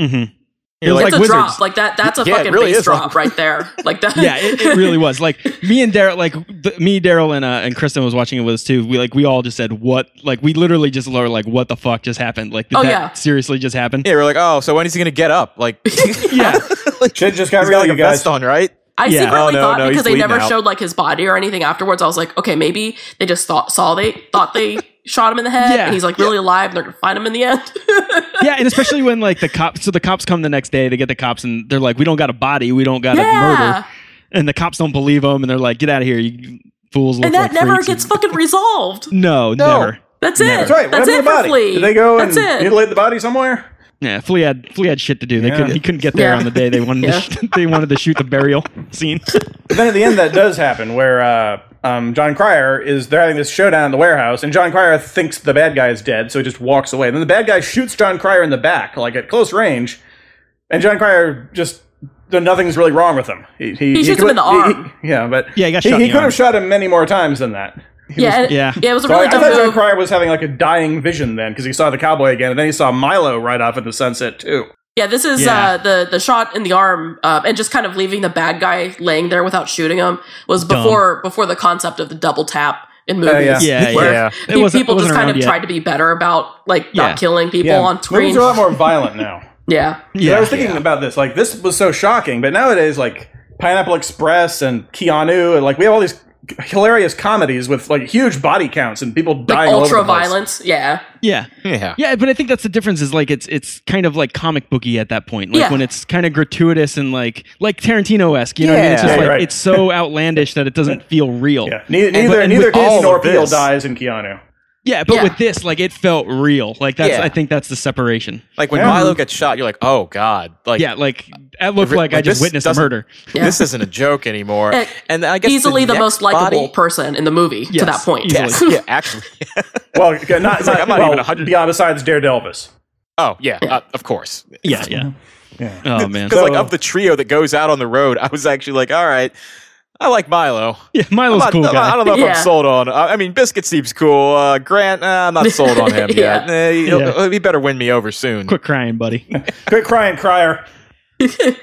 Mhm. You're It's like, a Wizards. drop, like that. That's a Yeah, it fucking really bass is like- drop right there, like that. yeah, it, it really was. Like me and Daryl, like th- me, Daryl, and uh, and Kristen was watching it with us too. We like we all just said what, like we literally just were like, what the fuck just happened? Like did Oh, that yeah. seriously just happen? yeah, we're like, oh, so when is he gonna get up? Like, he's Yeah, Shit just got got real, like a you guys. vest on, right? I Yeah. secretly Oh, no, thought no, he's because they bleeding never out. showed like his body or anything afterwards. I was like, okay, maybe they just thought saw they thought they shot him in the head, Yeah. and he's like really alive, and they're gonna find him in the end. yeah, and especially when like the cops. So the cops come the next day. They get the cops, and they're like, we don't got a body. We don't got Yeah. a murder. And the cops don't believe them, and they're like, get out of here, you fools. and look that like never freaks." gets And- fucking resolved. No, never. That's it. That's right. What That's happened to it the for body? Flea. Did they go That's and it. mutilate the body somewhere? Yeah, Flea had Flea had shit to do. They Yeah. couldn't he couldn't get there Yeah. on the day they wanted Yeah. to sh- they wanted to shoot the burial scene. But then at the end, that does happen, where uh, um, John Cryer is they're having this showdown in the warehouse, and John Cryer thinks the bad guy is dead, so he just walks away. And then the bad guy shoots John Cryer in the back, like at close range, and John Cryer just nothing's really wrong with him. He, he, shoots him in the he- arm. he- yeah, but Yeah, he got shot in the could arm. have shot him many more times than that. Yeah, and- yeah. yeah, It was a So really I, I dumb thought John move. Cryer was having like a dying vision then, because he saw the cowboy again, and then he saw Milo right off at the sunset too. Yeah, this is Yeah. Uh, the the shot in the arm, uh, and just kind of leaving the bad guy laying there without shooting him was Dumb. before before the concept of the double tap in movies. Oh, yeah. Yeah, where yeah. pe- It wasn't- people it just wasn't kind around of yet. tried to be better about like Yeah. not killing people on screen. movies are a lot more violent now. Yeah, Yeah, I was thinking about this. Like, this was so shocking, but nowadays, like Pineapple Express and Keanu, and like we have all these hilarious comedies with like huge body counts and people like dying all over ultra the place. violence. Yeah, Yeah. Yeah. Yeah, but I think that's the difference is like it's it's kind of like comic booky at that point. Like Yeah. when it's kind of gratuitous and like like Tarantino esque, you know what I mean? It's Yeah. just Yeah, like right. it's so outlandish that it doesn't feel real. Yeah, neither And- neither, and neither with Keanu all nor of Peele this- dies in Keanu. Yeah, but Yeah. with this, like it felt real. Like that's Yeah. I think that's the separation. Like when Yeah. Milo gets shot, you're like, oh god. Like, yeah, like that looked like, I like, just this witnessed a doesn't- murder. Yeah. this isn't a joke anymore. Eh, and I guess easily the, next most likable body- person in the movie to Yes, that point. easily. Yes. yeah. Actually. Well, not, not, like, I'm not well, even 100 Yeah, besides Daredevil's. Oh yeah. Uh, of course. Yeah, yeah. Yeah. Oh man. Because like So- of the trio that goes out on the road, I was actually like, all right, I like Milo. Yeah, I'm Milo's not- cool I'm not- I guy. don't know if Yeah. I'm sold on. I I mean, Biscuit seems cool. Uh, Grant, uh, I'm not sold on him Yeah. yet. Eh, he'll- Yeah. He better win me over soon. Quit crying, buddy. Quit crying, Crier. Quit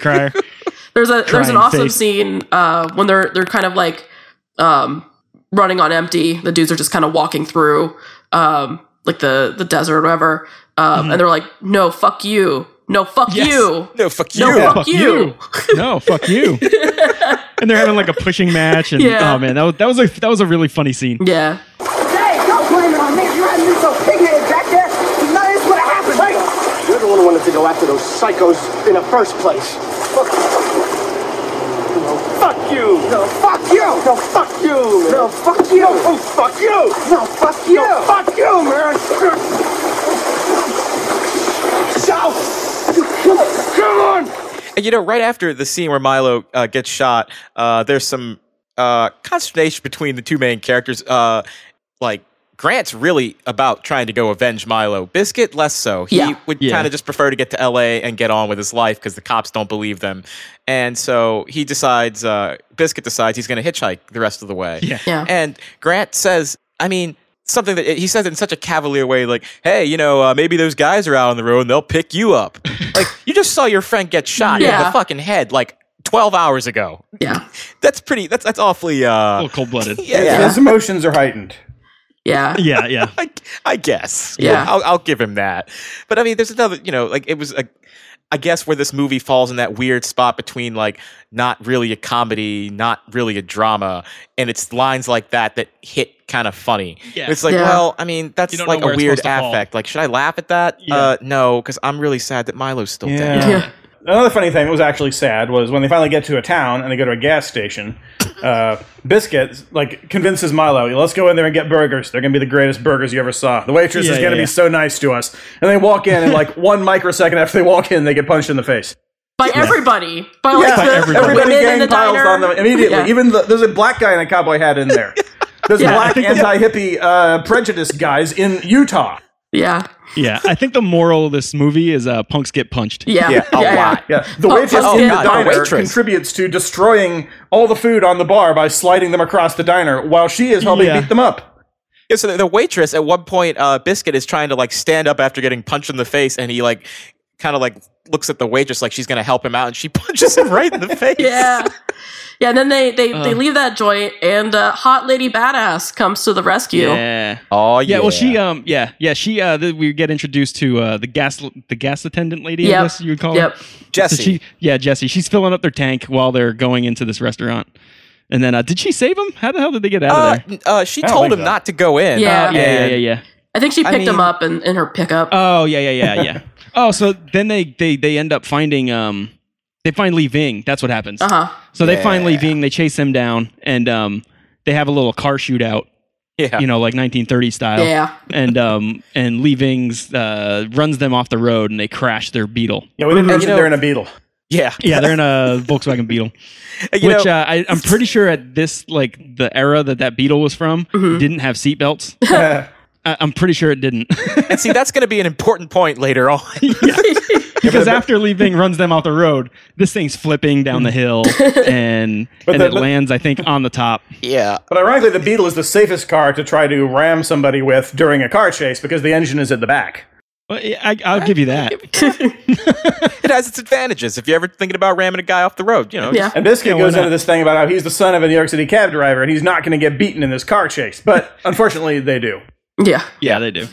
crier. There's a there's an Crying awesome face. scene uh, when they're they're kind of like um, running on empty. The dudes are just kind of walking through um, like the the desert or whatever, um, and they're like, "No, fuck you." No, fuck Yes. you. No, fuck you. Uh, No, fuck, fuck you. you. No, fuck you. and they're having like a pushing match, and Yeah. oh man, that was that was a that was a really funny scene. Yeah. Hey, don't blame it on me. You had me so pig-headed back there. None of this would have happened. Hey, you're the one who wanted to go after those psychos in the first place. Fuck No, fuck you. No, fuck you. No, fuck you. man. No, fuck you. Oh, fuck you. No, fuck you. No, fuck you, man. So, come on. And you know, right after the scene where Milo uh, gets shot, uh, there's some uh, consternation between the two main characters. Uh, like Grant's really about trying to go avenge Milo. Biscuit less so. He Yeah. would Yeah. kind of just prefer to get to LA and get on with his life because the cops don't believe them. And so he decides, uh, Biscuit decides he's going to hitchhike the rest of the way. Yeah. Yeah. And Grant says, I mean, something that he says it in such a cavalier way, like, hey, you know, uh, maybe those guys are out on the road and they'll pick you up. like, you just saw your friend get shot in Yeah. the fucking head like 12 hours ago. Yeah. That's pretty, that's, that's awfully, A uh, little cold blooded. yeah, His emotions are heightened. Yeah. yeah, yeah. I, I guess. Yeah. I'll, I'll give him that. But I mean, there's another, you know, like it was a, I guess where this movie falls in that weird spot between like not really a comedy, not really a drama, and it's lines like that that hit kind of funny. Yeah. It's like, Yeah. well, I mean, that's You don't like know where a it's weird supposed to fall. affect. Like, should I laugh at that? Yeah. Uh, no, because I'm really sad that Milo's still dead. Yeah. Yeah. Another funny thing that was actually sad was when they finally get to a town and they go to a gas station. Uh, Biscuit like convinces Milo, "Let's go in there and get burgers. They're gonna be the greatest burgers you ever saw. The waitress Yeah, is yeah, gonna yeah. be so nice to us." And they walk in, and like one microsecond after they walk in, they get punched in the face. By everybody. By like Yeah, the, everybody, the women in gang the piles diner. on them immediately. Yeah. Even the, there's a black guy in a cowboy hat in there. There's Yeah. black anti-hippie uh, prejudice guys in Utah. yeah. Yeah. I think the moral of this movie is uh, punks get punched. Yeah. Yeah, a lot. Yeah, the Oh, waitress oh, in the God, the diner waitress. contributes to destroying all the food on the bar by sliding them across the diner while she is helping Yeah. beat them up. Yeah, so the, the waitress at one point, uh, Biscuit is trying to like stand up after getting punched in the face, and he like kind of like looks at the waitress like she's gonna help him out, and she punches him right in the face. Yeah. Yeah, and then they they, they Uh. leave that joint, and uh, hot lady badass comes to the rescue. Yeah. Oh yeah. Yeah, well, she, um, yeah, yeah, she, uh, th- we get introduced to, uh, the gas, the gas attendant lady, Yep. I guess you would call Yep. her. Jesse. So she, yeah, Jesse, she's filling up their tank while they're going into this restaurant. And then, uh, did she save them? How the hell did they get out uh, of there? n- uh, she don't told think him so. not to go in. Yeah. Oh, yeah, yeah, and- yeah, yeah. I think she picked him mean- up in, in her pickup. Oh, yeah, yeah, yeah, yeah. oh, so then they, they, they end up finding, um, they find Lee Ving. That's what happens. Uh huh. So they find Lee Ving, they chase him down, and, um, they have a little car shootout, yeah. you know, like 1930 style. Yeah. and um and leavings uh runs them off the road and they crash their beetle Yeah, we didn't mention know- they're in a beetle. yeah, yeah they're in a volkswagen beetle You which know, uh, I, i'm pretty sure at this like the era that that beetle was from Mm-hmm. didn't have seatbelts I- i'm pretty sure it didn't and see, that's going to be an important point later on. because after leaving runs them off the road this thing's flipping down the hill and and the- it lands i think on the top yeah, But ironically, the beetle is the safest car to try to ram somebody with during a car chase because the engine is at the back. Well, I, i'll give you that it has its advantages. If you're ever thinking about ramming a guy off the road, you know, Yeah. And Biscuit why goes into not? this thing about how he's the son of a New York City cab driver and he's not going to get beaten in this car chase. But unfortunately, they do. Yeah. yeah they do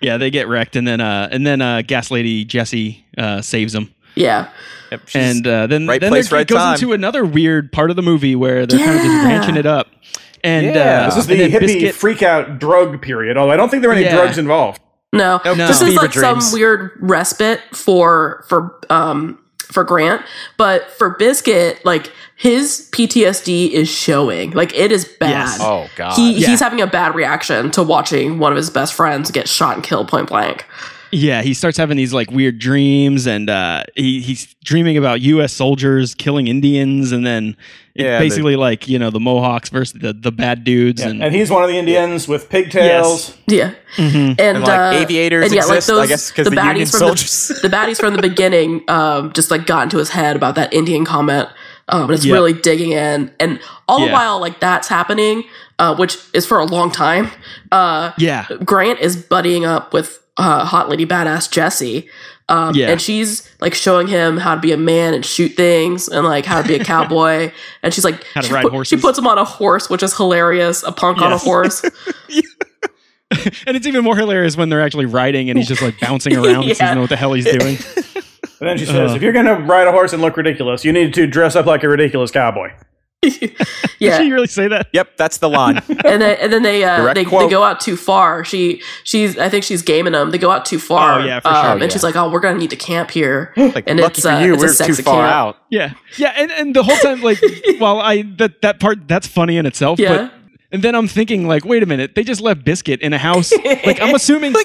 yeah they get wrecked and then uh and then uh gas lady jessie uh saves them Yeah. just- she's- and uh, then right then place, it right goes time. into another weird part of the movie where they're kind of just Yeah. ranching it up, and Yeah. uh, This is the and then hippie Biscuit- freak out drug period, although I don't think there are any Yeah. drugs involved. No. No. This is Fever like dreams. some weird respite for for um for Grant, but for Biscuit, like his PTSD is showing. Like it is bad. Yes. Oh, God. He Yeah. he's having a bad reaction to watching one of his best friends get shot and killed point blank. yeah, he starts having these like weird dreams, and uh, he he's dreaming about U.S. soldiers killing Indians, and then it's Yeah, basically like you know the Mohawks versus the, the bad dudes, and, And he's one of the Indians with pigtails. Yeah. And, like, uh, aviators exist, I guess, 'cause the Union from soldiers. the, the baddies from the beginning um, just like got into his head about that Indian comment. Um, and it's Yeah. really digging in, and all the Yeah. while like that's happening, uh, which is for a long time. Uh, yeah, Grant is buddying up with uh, hot lady badass Jessie. Um, Yeah. And she's like showing him how to be a man and shoot things and like how to be a cowboy. and she's like, How to she, ride put- she horses. puts him on a horse, which is hilarious. A punk on a Yes. horse. and it's even more hilarious when they're actually riding, and he's just like bouncing around, and Yeah. doesn't know what the hell he's doing. And then she says, if you're going to ride a horse and look ridiculous, you need to dress up like a ridiculous cowboy. yeah. Did you really say that? yep, that's the line. and then and then they uh, Direct they, they quote. go out too far. She she's I think she's gaming them. They go out too far. Oh, yeah, for um, sure, And she's like, oh, we're gonna need to camp here. Like, and lucky for uh, you, it's a we're too sexy far camp. out. Yeah, yeah, and and the whole time, like, while I that that part that's funny in itself, Yeah. but and then I'm thinking, like, wait a minute, they just left Biscuit in a house. like, I'm assuming,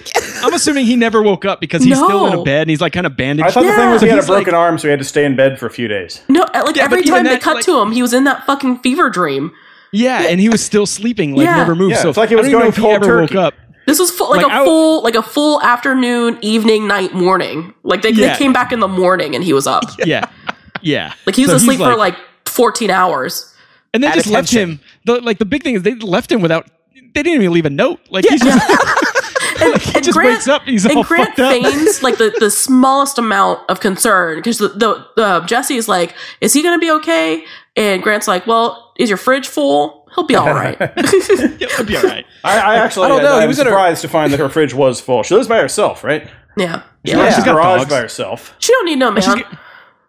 I'm assuming he never woke up because he's still in No. a bed and he's like kind of bandaged. I thought the thing was he So had a he's like- broken arm, so he had to stay in bed for a few days. No, like Yeah, but every even time they that's cut like- to him, he was in that fucking fever dream. Yeah, and he was still sleeping, like Yeah. never moved. Yeah, so it's like he was I don't going even know if he cold ever turkey. woke up. This was full, like, Like, a I- full, like a full afternoon, evening, night, morning. Like they, Yeah. they came back in the morning and he was up. Yeah, yeah. Like he was So he's asleep for like 14 hours. and they at just attention. left him. The, like the big thing is they left him without. They didn't even leave a note. Like he's Yeah. just And, He just wakes up and he's all Grant fucked up. feigns like the, the smallest amount of concern because the, the uh, Jesse's like, "Is he going to be okay?" And Grant's like, "Well, is your fridge full? He'll be all right." it'll be all right. I, I actually uh, I don't know, he I, am was in a- surprised to find that her fridge was full. She lives by herself, right? yeah, yeah. She lives in She's the got garage dogs. by herself. She don't need no man. she's g-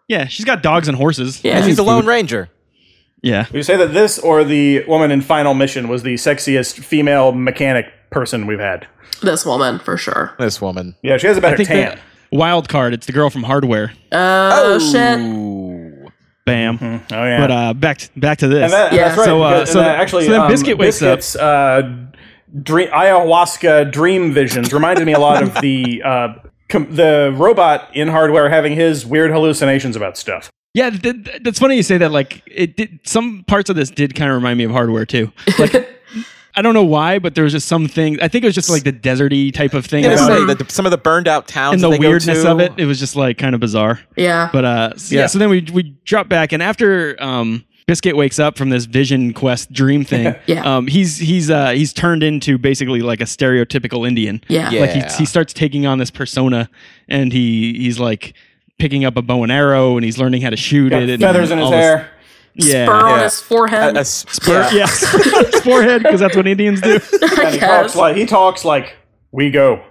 Yeah, she's got dogs and horses. yeah, She's a lone ranger. yeah. Would you say that this or the woman in Final Mission was the sexiest female mechanic person we've had? this woman for sure. This woman. Yeah, she has a better I think tan. the wild card. It's the girl from Hardware. Oh, shit! Ooh. Bam. oh yeah. But uh, back to, back to this. And that, Yeah. That's right. So, uh, because- so and the- that actually, so then um, Biscuit wakes up. Biscuit's, Uh, dream, ayahuasca dream visions reminded me a lot of the uh, com- the robot in hardware having his weird hallucinations about stuff. yeah, th- th- that's funny you say that. Like it did. Some parts of this did kind of remind me of Hardware too. Like. I don't know why, but there was just some thing. I think it was just like the deserty type of thing Yeah, about it, say that the- some of the burned out towns and that the they go weirdness to- of it. It was just like kind of bizarre. Yeah, But uh, so, yeah. Yeah. So then we we drop back, and after um, Biscuit wakes up from this vision quest dream thing, Yeah. um, he's he's uh, he's turned into basically like a stereotypical Indian. yeah, Yeah. yeah. Like he, he starts taking on this persona, and he he's like picking up a bow and arrow, and he's learning how to shoot it. And Feathers in his all this- hair. Yeah. Spur on yeah. his forehead. A- a s- Spur- yeah, spur on his forehead because that's what Indians do. And he guess. talks like he talks like we go,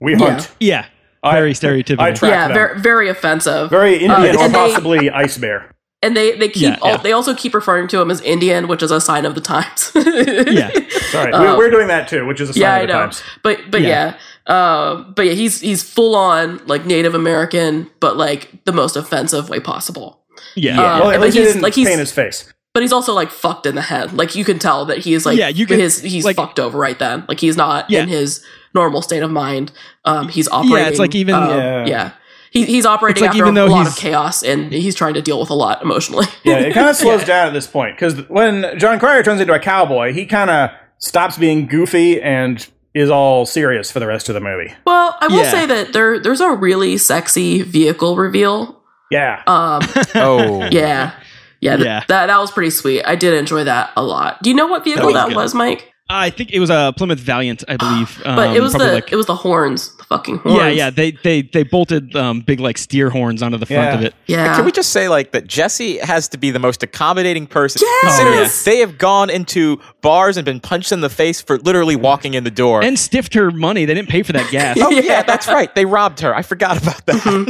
we hunt. Yeah, I- very stereotypical. I track yeah, them. very, very offensive. Very Indian Uh, or and they- possibly ice bear. and they they keep Yeah, al- yeah. they also keep referring to him as Indian, which is a sign of the times. yeah, Sorry, we, we're doing that too, which is a sign Uh, yeah, of I the know. times. But but Yeah. yeah, Uh, but yeah, he's he's full on like Native American, but like the most offensive way possible. yeah. Uh, Well, at but least he he's- didn't like, he's- paint his face. But he's also like fucked in the head. Like you can tell that he is like Yeah, you can- his he's like- fucked over right then. Like he's not Yeah. in his normal state of mind. Um, he's operating. like even- uh, Yeah. yeah. He, he's operating like after even a though lot he's- of chaos, and he's trying to deal with a lot emotionally. Yeah, it kind of slows down at this point because when John Cryer turns into a cowboy, he kind of stops being goofy and is all serious for the rest of the movie. well, I will Yeah. say that there there's a really sexy vehicle reveal. Yeah, Um, Oh. Yeah. Yeah, th- Yeah. That that was pretty sweet. I did enjoy that a lot. Do you know what vehicle was that good. was, Mike? I think it was a uh, Plymouth Valiant, I believe. But um, it was the probably, like- it was the horns, the fucking horns. Yeah, yeah. They they they bolted um, big like steer horns onto the front Yeah. of it. yeah. Can we just say like that Jesse has to be the most accommodating person? Yes! Considering Oh, yeah. they have gone into bars and been punched in the face for literally walking in the door. And stiffed her money. They didn't pay for that gas. oh yeah, that's right. They robbed her. I forgot about that. and,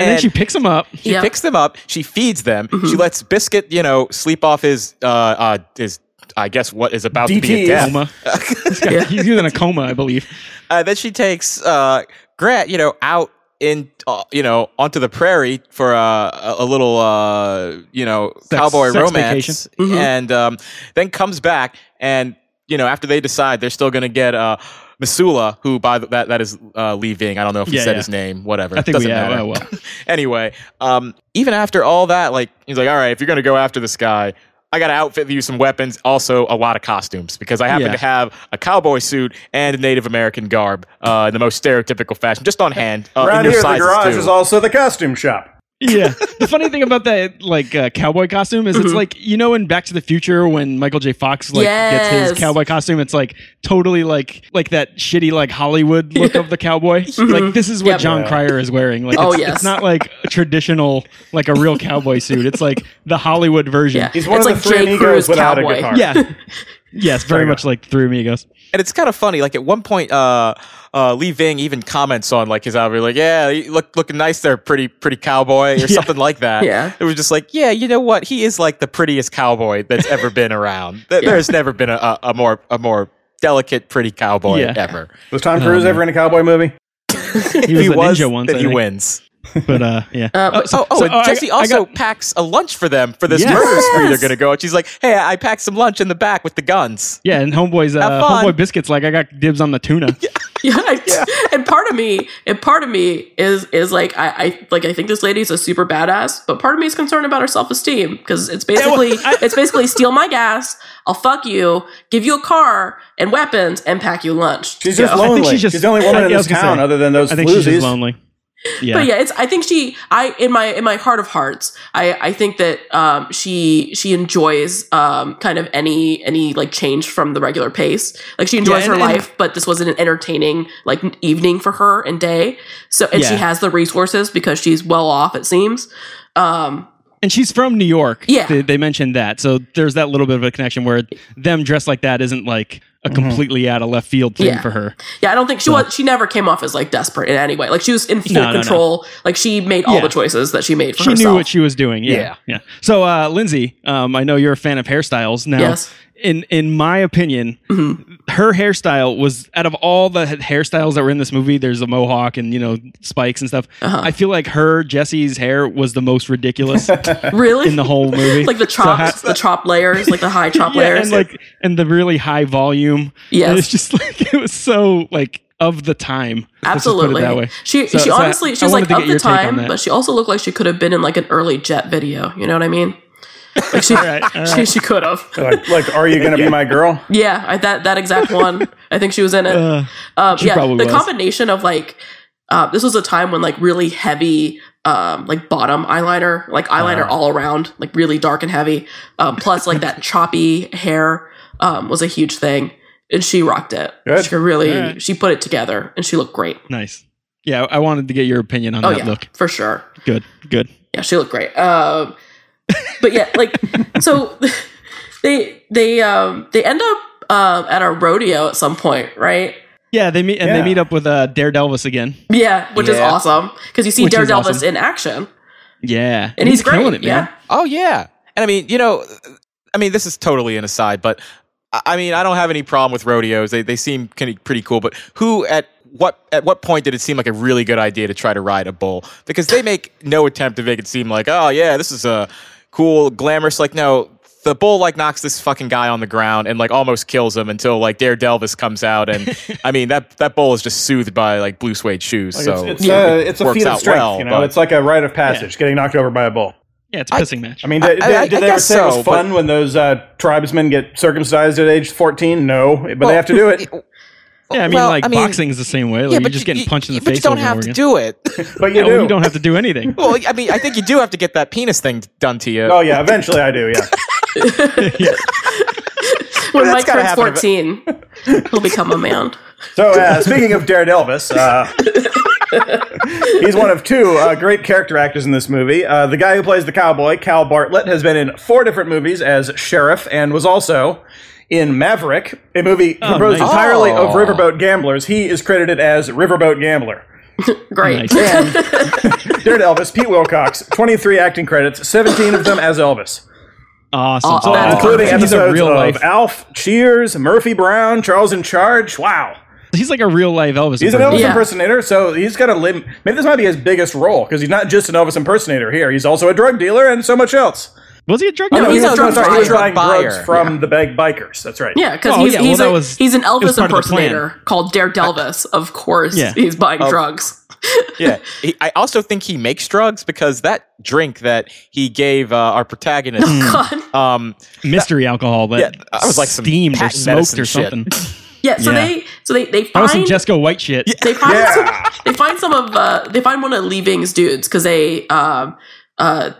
And then she picks him up. she Mm-hmm. Yeah. Mm-hmm. picks them up. She feeds them. She lets Biscuit, you know, sleep off his uh uh his I guess what is about to E. be DTs. a death. Coma. He's got- He's in a coma, I believe. Uh, then she takes uh, Grant, you know, out in uh, you know onto the prairie for uh, a, a little uh, you know cowboy sex Mm-hmm. romance, and um, then comes back and you know after they decide they're still going to get uh, Missoula, who by the, that that is uh, Lee Ving. I don't know if he Yeah, said yeah. his name, whatever. I think Doesn't we uh, yeah, matter. well, well. anyway, um, even after all that, like he's like, all right, if you're going to go after this guy. I gotta outfit you some weapons, also a lot of costumes, because I happen Yeah. to have have a cowboy suit and a Native American garb uh, in the most stereotypical fashion, just on hand. Uh, in around your here the sizes, garage too. is also the costume shop. Yeah. The funny thing about that like uh, cowboy costume is it's like you know in Back to the Future when Michael J. Fox like gets his Yes. cowboy costume, it's like totally like like that shitty like Hollywood look of the cowboy. Like this is Mm-hmm. what Yep. John Yeah. Cryer is wearing. Like Oh, it's, yes. it's not like a traditional like a real cowboy suit. It's like the Hollywood version. yeah. He's one it's of like the three J. amigos Crew's without cowboy. a guitar. Yeah. Yes, very Fair much like Three Amigos. And it's kind of funny. Like at one point, uh, uh, Lee Ving even comments on like his outfit, like, "Yeah, you look looking nice there, pretty pretty cowboy," or something like that. Yeah. it was just like, "Yeah, you know what? He is like the prettiest cowboy that's ever been around. Th- There's never been a, a, a more a more delicate, pretty cowboy Yeah. ever. Was Tom Cruise ever in a cowboy movie? He If was he a was, ninja once, then I he think. wins." But uh, yeah. Um, Oh, oh, So, and oh, I- Jesse I also got- packs a lunch for them for this Yes. murder spree they're going to go. And she's like, hey, I packed some lunch in the back with the guns. yeah, and Homeboy's uh, Have fun. Homeboy Biscuits like I got dibs on the tuna. yeah, I- and part of me, and part of me is is like I, I like I think this lady's a super badass, but part of me is concerned about her self esteem because it's basically it's basically steal my gas, I'll fuck you, give you a car and weapons, and pack you lunch. She's just Yeah. lonely. she's She's, just- the only woman I- in I this was gonna town say. other than those I think she's just floozies. lonely. Yeah. But yeah, it's. I think she. I in my in my heart of hearts, I I think that um she she enjoys um kind of any any like change from the regular pace. Like she enjoys and- her and- life, but this wasn't an entertaining like n- evening for her and day. So and she Yeah. has the resources because she's well off. It seems. Um. And she's from New York. Yeah. They, they mentioned that. So there's that little bit of a connection where them dressed like that isn't like a completely out of left field thing Yeah. for her. Yeah, I don't think she was. She never came off as like desperate in any way. Like she was in full No, no, no. control. Like she made all Yeah. the choices that she made for She herself. knew what she was doing. Yeah. Yeah. Yeah. So, uh, Lindsay, um, I know you're a fan of hairstyles. Now, Yes. Mm-hmm. in, in my opinion, her hairstyle was out of all the ha- hairstyles that were in this movie, there's a mohawk and, you know, spikes and stuff. Uh-huh. I feel like her, Jesse's hair was the most ridiculous in really the whole movie. like the So chops, ha- the chop layers, like the high chop yeah, layers. and like and the really high volume. Yes. And it's just like it was so like of the time. Let's just put it Absolutely. that way. She So- she so I- honestly she I was like wanted to get of the your take on time, that. but she also looked like she could have been in like an early Jet video. You know what I mean? Like she she, she could have. Like, like, are you going to be my girl? Yeah, I, that that exact one. I think she was in it. Uh, um, she yeah, probably the was. combination of like uh, this was a time when like really heavy. Um, like bottom eyeliner, like Ah. eyeliner all around, like really dark and heavy. Um, plus, like that choppy hair um, was a huge thing, and she rocked it. Good. She could really, All right. she put it together, and she looked great. nice. Yeah, I wanted to get your opinion on Oh that yeah, look. for sure. Good. Good. yeah, she looked great. Um, but yeah, like so they they um they end up um at a rodeo at some point, right? Yeah, they meet and Yeah. they meet up with uh Daredelvis again. Yeah, which is Yeah. awesome because you see Which is Daredevil awesome. in action, Yeah. and he's, great. killing it, man. Oh yeah, and I mean, you know, I mean, this is totally an aside, but I- I mean, I don't have any problem with rodeos. They they seem kinda pretty cool, but who at what at what point did it seem like a really good idea to try to ride a bull? Because they make no attempt to make it seem like, oh yeah, this is a cool, glamorous. Like no, the bull like knocks this fucking guy on the ground and like almost kills him until like Dare Delvis comes out, and I mean that that bull is just soothed by like blue suede shoes. Like, so it's, it's, it a, it's a works feat of out strength. well, you know, but- it's like a rite of passage, getting knocked over by a bull. Yeah, it's a pissing match. I mean, did, I- did- I- did I they ever guess say it so, was fun when those uh, tribesmen get circumcised at age 14? No, but they have to do it. yeah, I mean well, like I mean- boxing's the same way. Like you're just getting punched in the but face. you don't over and have over to again. do it. But you Yeah, do. well, you don't have to do anything. well, I mean, I think you do have to get that penis thing done to you. oh, yeah, eventually I do, yeah. When Mike That's gotta turns happen if it- fourteen, he'll become a man. So, uh, speaking of Daredelvis, uh, he's one of two uh, great character actors in this movie. Uh, the guy who plays the cowboy, Cal Bartlett, has been in four different movies as sheriff and was also in Maverick, a movie composed nice. entirely Oh. of riverboat gamblers. He is credited as Riverboat Gambler. Great. Nice. Daredelvis, Pete Wilcox, 23 acting credits, 17 of them as Elvis. Awesome. Oh, that's Including perfect. he's episodes a real of life. Alf, Cheers, Murphy Brown, Charles in Charge. Wow. He's like a real life Elvis. He's an Elvis Yeah. impersonator, so he's got a lim- maybe this might be his biggest role because he's not just an Elvis impersonator here. He's also a drug dealer and so much else. Was he a drug No, dealer? he's he a was- drug sorry, he was buyer. buying Buyer, drugs from the bag bikers. That's right. Yeah, because Oh, he's yeah, he's, well, a, that was- he's an it was Elvis part of the plan. impersonator called Daredelvis. Of course, Yeah. he's buying drugs. Yeah. He, I also think he makes drugs because that drink that he gave uh, our protagonist, Oh, God. um, mystery alcohol that yeah, I was like some steamed or patent smoked medicine or shit. something. Yeah. So Yeah. they so they they That was some find Jesco White shit. they find Yeah. they find some of uh, they find one of Leaving's dudes because they um uh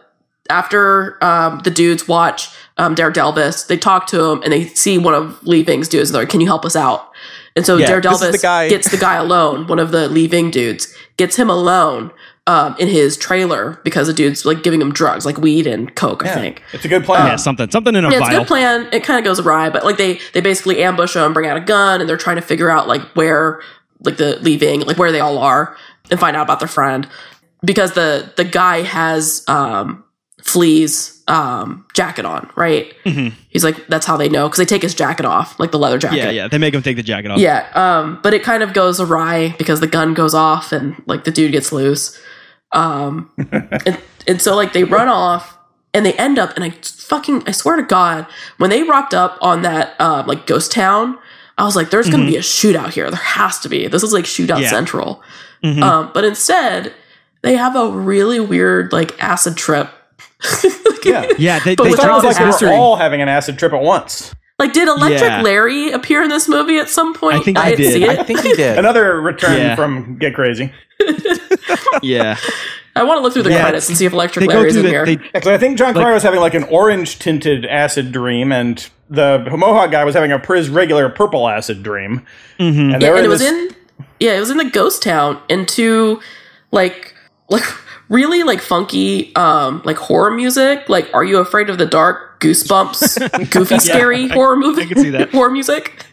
after um the dudes watch um Daredelvis, they talk to him and they see one of Leaving's dudes and they're like, "Can you help us out?" And so Yeah, this Daredelvis is the guy- gets the guy alone, one of the Leaving dudes gets him alone um in his trailer because the dude's like giving him drugs like weed and coke, I think. It's a good plan. Oh, Yeah, something, something in a Yeah, it's a vial. good plan. It kind of goes awry, but like they they basically ambush him, bring out a gun, and they're trying to figure out like where like the leaving, like where they all are, and find out about their friend because the the guy has um flea's um jacket on, right? He's like that's how they know because they take his jacket off, like the leather jacket. Mm-hmm. Yeah, yeah. They make him take the jacket off. Yeah, um, but it kind of goes awry because the gun goes off and like the dude gets loose. Um, and, and so like they run off and they end up and I fucking I swear to God when they rocked up on that um, like uh, ghost town, I was like, there's going to be a shootout here. There has to be. This is like shootout Mm-hmm. Yeah. Mm-hmm. central. Um, but instead, they have a really weird like acid trip. Yeah. Yeah, they, But they with tried all Sounds the this like we acid- we're all having an acid trip at once. Like, did Electric Yeah. Larry appear in this movie at some point? I think he didn't did. see it. I think he did. Another return Yeah. from Get Crazy. yeah. I want to look through the Yeah. credits and see if Electric They go Larry's through in the, here. they, Because I think John Cryer was having like an orange tinted acid dream, and the Mohawk guy was having a Priz regular purple acid dream. Mm-hmm. And, they yeah, were and it in was this- in yeah, it was in the ghost town into like like really like funky um like horror music. Like, are you afraid of the dark? Goosebumps, goofy, scary horror movie. I can see that. horror music.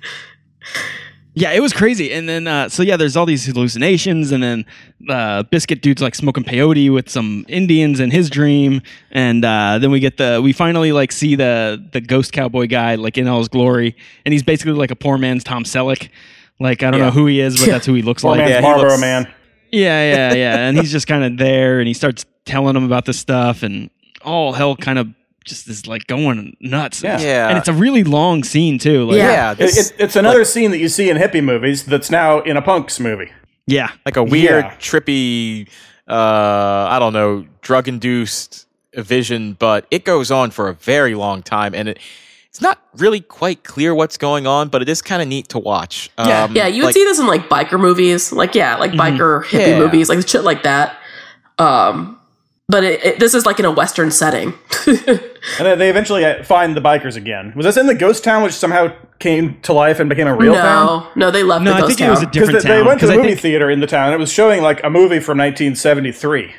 Yeah, it was crazy. And then, uh, so yeah, there's all these hallucinations, and then uh, Biscuit dude's like smoking peyote with some Indians in his dream, and uh, then we get the we finally like see the the ghost cowboy guy like in all his glory, and he's basically like a poor man's Tom Selleck. Like I don't know who he is, but that's who Oh he looks Poor like. man's Yeah, he Marlboro looks- Man. Yeah, yeah, yeah. and he's just kind of there, and he starts telling them about this stuff, and all hell kind of just is like going nuts. Yeah. Yeah. and it's a really long scene too. Like, Yeah. Yeah, It, this, it, it's another scene that you see in hippie movies that's now in a punks movie. yeah, like a weird, Yeah. trippy, uh, I don't know, drug induced vision, but it goes on for a very long time, and it, it's not really quite clear what's going on, but it is kind of neat to watch. Um, Yeah. Um, Mm-hmm. Yeah, you would like- see this in like biker movies. Like, yeah, like biker hippie Yeah. movies, like shit like that. Um, but it, it, this is like in a western setting. And then they eventually uh, find the bikers again. Was this in the ghost town, which somehow came to life and became a real no, town? no, they left No, the I ghost think town. it was a Because different they, they town. went to 'cause the I movie think- theater in the town. It was showing like a movie from 1973.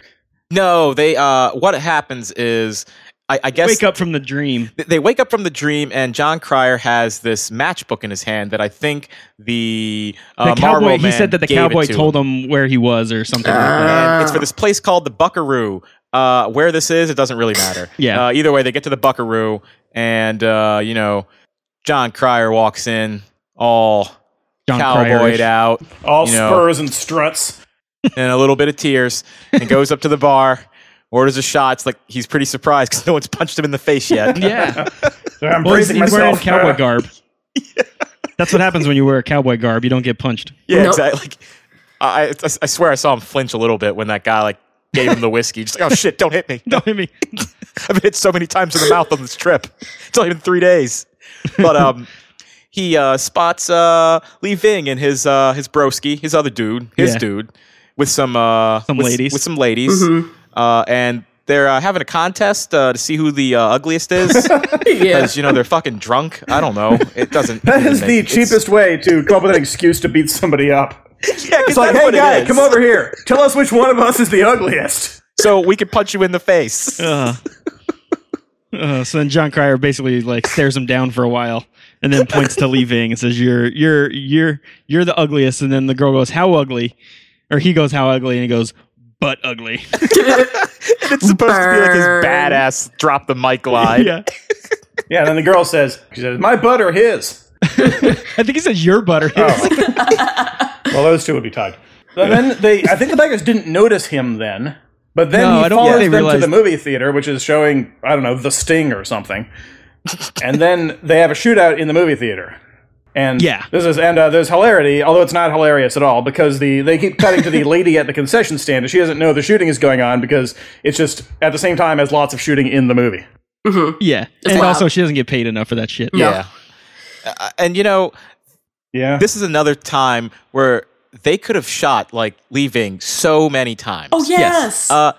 No, they. Uh, what happens is, I, I guess wake up from the dream. th- they wake up from the dream, and John Cryer has this matchbook in his hand that I think the, uh, the cowboy. Marlboro He Man said that the gave it cowboy to told him where he was or something. like that. and it's for this place called the Buckaroo. Uh, where this is, it doesn't really matter. Yeah. Uh, either way, they get to the Buckaroo, and uh, you know, John Cryer walks in, all John cowboyed Cryer. out, All you know, spurs and struts. and a little bit of tears, and goes up to the bar, orders a shot. It's like he's pretty surprised because no one's punched him in the face yet. Yeah, I'm well, he's, bracing he's wearing myself. cowboy garb. That's what happens when you wear a cowboy garb. You don't get punched. Yeah, Nope. exactly. Like, I, I, I swear I saw him flinch a little bit when that guy like gave him the whiskey. Just like, oh shit, don't hit me. Don't hit me. I've been hit so many times in the mouth on this trip. It's only been three days. But um, he uh, spots uh, Lee Ving and his uh, his broski, his other dude, his Yeah. dude, with some uh, Some with, ladies. with some ladies, uh, and they're uh, having a contest uh, to see who the uh, ugliest is. yeah. Because you know they're fucking drunk. I don't know. It doesn't. That is the it's- cheapest way to come up with an excuse to beat somebody up. Yeah, 'cause It's like, that's hey what it guy, is. come over here. Tell us which one of us is the ugliest. so we can punch you in the face. Uh, uh, so then John Cryer basically like stares him down for a while, and then points to Lee Ving and says, "You're you're you're you're the ugliest." And then the girl goes, "How ugly?" Or he goes, "How ugly?" And he goes, "Butt ugly." It's supposed to be like his Burn. badass drop the mic line. yeah, Yeah, and then the girl says, she says, my butt or his? I think he says, "Your butter." Oh. Well, those two would be tied. So then they, I think the bikers didn't notice him then, but then No, he I don't follows think they them to realized- the movie theater, which is showing, I don't know, The Sting or something. and then they have a shootout in the movie theater. And Yeah. this is and uh, there's hilarity, although it's not hilarious at all because the they keep cutting to the lady at the concession stand and she doesn't know the shooting is going on because it's just at the same time as lots of shooting in the movie. yeah, and loud. also she doesn't get paid enough for that shit. Yeah. Uh, and you know, Yeah, this is another time where they could have shot like leaving so many times. oh yes. Uh,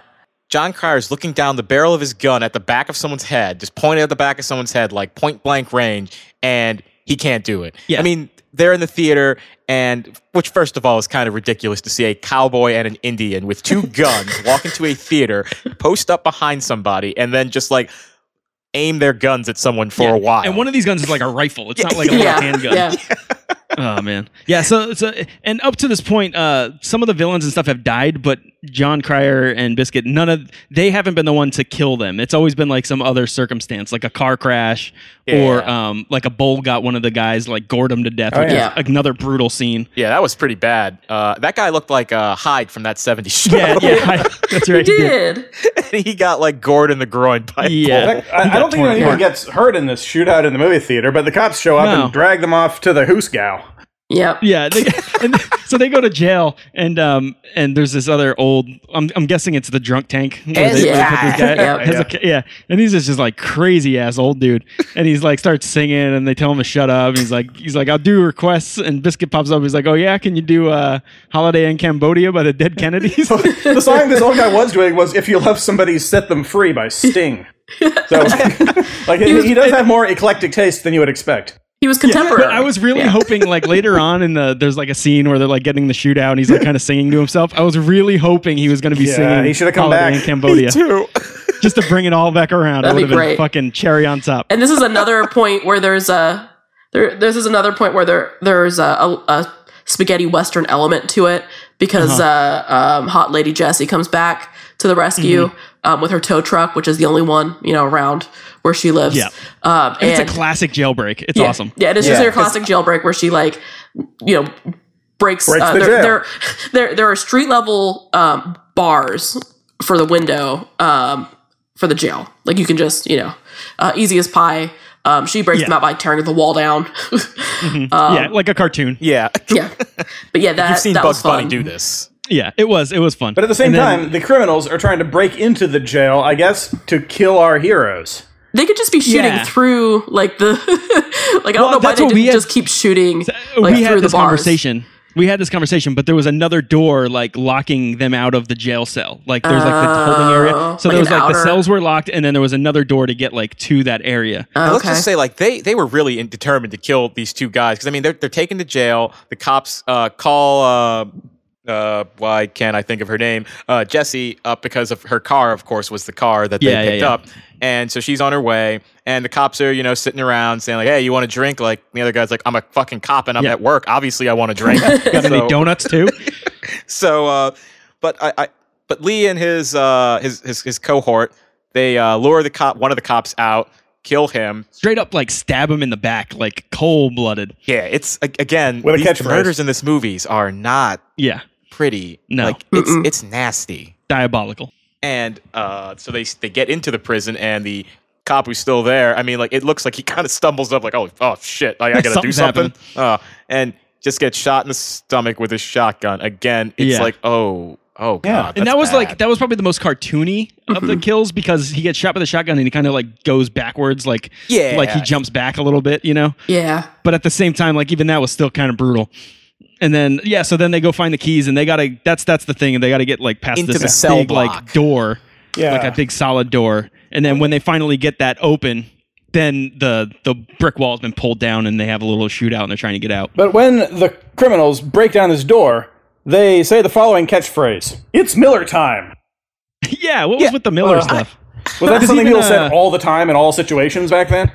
John Cryer is looking down the barrel of his gun at the back of someone's head, just pointing at the back of someone's head, like point blank range, and he can't do it. Yeah. I mean, they're in the theater, and which, first of all, is kind of ridiculous to see a cowboy and an Indian with two guns walk into a theater, post up behind somebody, and then just like aim their guns at someone for a while. And one of these guns is like a rifle. It's not like a yeah. little handgun. Yeah. oh man, yeah. So, so and up to this point, uh, some of the villains and stuff have died, but John Cryer and Biscuit, none of they haven't been the one to kill them. It's always been like some other circumstance, like a car crash, or um, like a bull got one of the guys, like gored him to death. which is yeah. another brutal scene. Yeah, that was pretty bad. Uh, that guy looked like uh, Hyde from that 70s show. Yeah, yeah, that's right. Did he got like gored in the groin by a Yeah. bull. I, I don't think anyone gets hurt in this shootout in the movie theater, but the cops show up No. and drag them off to the Hoosgow. yep. Yeah, they, and so they go to jail, and um, and there's this other old. I'm, I'm guessing it's the drunk tank. where Yeah. they- where they put this guy- Yep. has a ca- yeah, and he's just, just like crazy ass old dude, and he's like starts singing, and they tell him to shut up. And he's like, he's like, I'll do requests, and Biscuit pops up. He's like, Oh yeah, can you do uh, Holiday in Cambodia by the Dead Kennedys? the song this old guy was doing was "If You Love Somebody, Set Them Free" by Sting. So, like, he, he does have more eclectic taste than you would expect. He was contemporary. But I was really hoping, like later on in the, there's like a scene where they're like getting the shootout, and he's like kind of singing to himself. I was really hoping he was going to be Yeah, singing. he should've come Holiday back. in Cambodia. just to bring it all back around. That'd I be would have been great. fucking cherry on top. and this is another point where there's a there. This is another point where there there's a, a, a spaghetti western element to it because uh Uh-huh. um, hot lady Jessie comes back to the rescue Mm-hmm. um, with her tow truck, which is the only one you know around where she lives. Yeah. um, and It's a classic jailbreak. It's yeah, awesome. Yeah, and it's just Yeah. your classic jailbreak where she like you know breaks. Breaks uh, the there, jail. there there there are street level um, bars for the window um, for the jail. Like you can just you know uh, easy as pie. Um, she breaks Yeah. them out by tearing the wall down. yeah, like a cartoon. Yeah, yeah, but yeah, that you've seen that Bugs was fun. Bunny do this. Yeah, it was. It was fun. But at the same time, the criminals are trying to break into the jail, I guess, to kill our heroes. They could just be shooting Yeah. through like the like I don't Well, know why that's they what we didn't had- just keep shooting like we had through the this bars. conversation. We had this conversation, but there was another door like locking them out of the jail cell. Like there's like the holding area. So Oh, like there was an like outer- the cells were locked, and then there was another door to get like to that area. And Let's Okay. just say, like they they were really in- determined to kill these two guys because I mean they're they're taken to jail. The cops uh, call. Uh, uh, why can't I think of her name? Uh, Jesse up because of her car. Of course, was the car that they Yeah, yeah, picked yeah. up, and so she's on her way. And the cops are you know sitting around saying like, "Hey, you want a drink?" Like the other guy's like, "I'm a fucking cop and I'm Yeah. at work. Obviously, I want a drink." Got So- any donuts too? so uh but I, I but Lee and his uh his his, his cohort they uh, lure the cop one of the cops out kill him Straight up like stab him in the back, like cold blooded. yeah it's a- again With a these catchphrase. murders in this movies are not Yeah, pretty No. like it's it's nasty diabolical. and uh so they they get into the prison and the cop who's still there i mean like it looks like he kind of stumbles up like oh oh shit i, I gotta do Something's something uh, and just gets shot in the stomach with his shotgun again it's Yeah. like oh oh god and that's that was like bad. Mm-hmm. that was probably the most cartoony of the kills because he gets shot with a shotgun and he kind of like goes backwards, like Yeah. like he jumps back a little bit, you know. Yeah, But at the same time, like even that was still kind of brutal. And then yeah, so then they go find the keys and they gotta that's that's the thing and they gotta get like past Into this the cell big block. like door, Yeah. like a big solid door. And then when they finally get that open, then the the brick wall has been pulled down and they have a little shootout and they're trying to get out. But when the criminals break down this door, they say the following catchphrase: "It's Miller time." yeah, what was with the Miller uh, stuff? Was that Because something even, people said uh, all the time in all situations back then?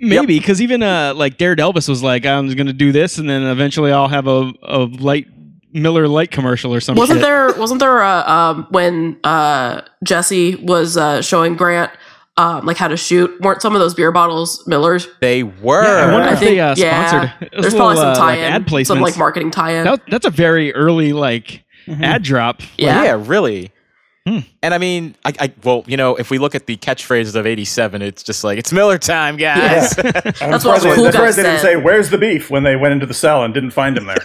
Maybe because even uh, like Dared Elvis was like, I'm just gonna do this, and then eventually I'll have a, a light Miller Light commercial or something. wasn't there wasn't there uh, um, when uh, Jesse was uh, showing Grant um, like how to shoot? Weren't some of those beer bottles Millers? They were. I wonder I if think they uh, yeah. sponsored. it. It was There's a probably little, some uh, tie like, ad in, placements. some like marketing tie in. That, that's a very early like Mm-hmm. ad drop. yeah. yeah. really. Hmm. And I mean, I, I well, you know, if we look at the catchphrases of '87, it's just like it's Miller time, guys. that's what all the They- cool that's why guys they didn't said. say, "Where's the beef?" when they went into the cell and didn't find him there.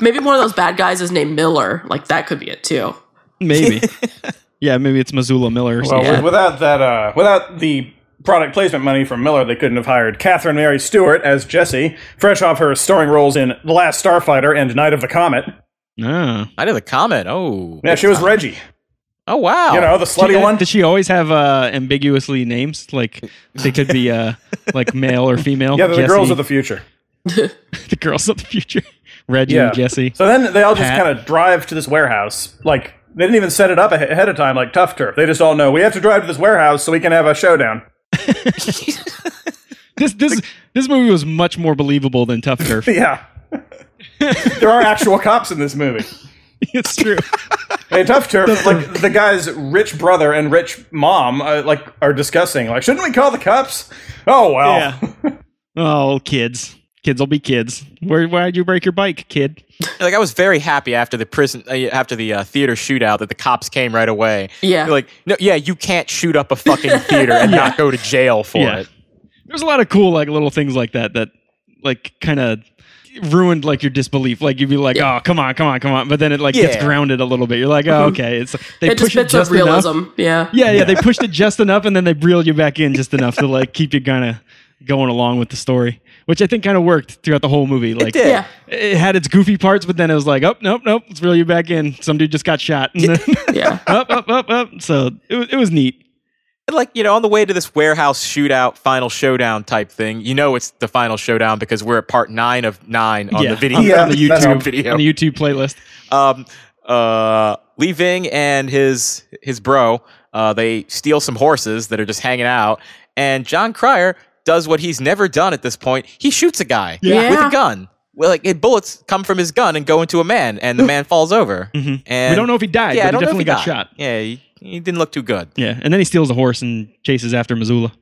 Maybe one of those bad guys is named Miller. Like that could be it too. Maybe. yeah, maybe it's Missoula Miller. Or Well, something. with- without that, uh, without the product placement money from Miller, they couldn't have hired Catherine Mary Stewart as Jessie, fresh off her starring roles in The Last Starfighter and Night of the Comet. Ah. I did the comment. Oh, Yeah, she was Reggie. oh wow. You know, the slutty She- one. Did she always have uh, ambiguously names? Like they could be uh, like male or female. Yeah, they're the girls Jesse- of the future. the girls of the future. Reggie, Yeah, Jesse. So then they all just Pat. kind of drive to this warehouse. Like they didn't even set it up ahe- ahead of time, like Tough Turf. They just all know we have to drive to this warehouse so we can have a showdown. This this this movie was much more believable than Tough Turf. Yeah. there are actual cops in this movie. it's true. In Tough Turf, like the guy's rich brother and rich mom, uh, like are discussing, like, shouldn't we call the cops? Oh well, Yeah. Oh, kids. Kids will be kids. Where why'd you break your bike, kid? Like I was very happy after the prison, uh, after the uh, theater shootout that the cops came right away. Yeah. They're like no, yeah, you can't shoot up a fucking theater and not go to jail for it. There's a lot of cool like little things like that that like kind of ruined like your disbelief. Like you'd be like, oh come on, come on, come on. But then it like gets Yeah. grounded a little bit. You're like, oh okay. It's they It just push it fits just of realism. enough. Yeah. Yeah, yeah. They pushed it just enough and then they reeled you back in just enough to like keep you kind of going along with the story. Which I think kind of worked throughout the whole movie. Like did. Yeah. it had its goofy parts, but then it was like, oh nope, nope, let's reel you back in. Some dude just got shot. And then- Yeah. up, up, up, up. So it, wa- it was neat. And, like you know, on the way to this warehouse shootout, final showdown type thing, you know, it's the final showdown because we're at part nine of nine on the video, Yeah, on the that's YouTube how- video. on the YouTube playlist. um, uh, Li Ving and his his bro, uh, they steal some horses that are just hanging out, and John Cryer does what he's never done at this point. He shoots a guy Yeah. with a gun. Well, like it- bullets come from his gun and go into a man, and the man falls over. And Mm-hmm. We don't know if he died, Yeah, but I he don't know if definitely got shot. Yeah, he, he didn't look too good. Yeah, and then he steals a horse and chases after Missoula.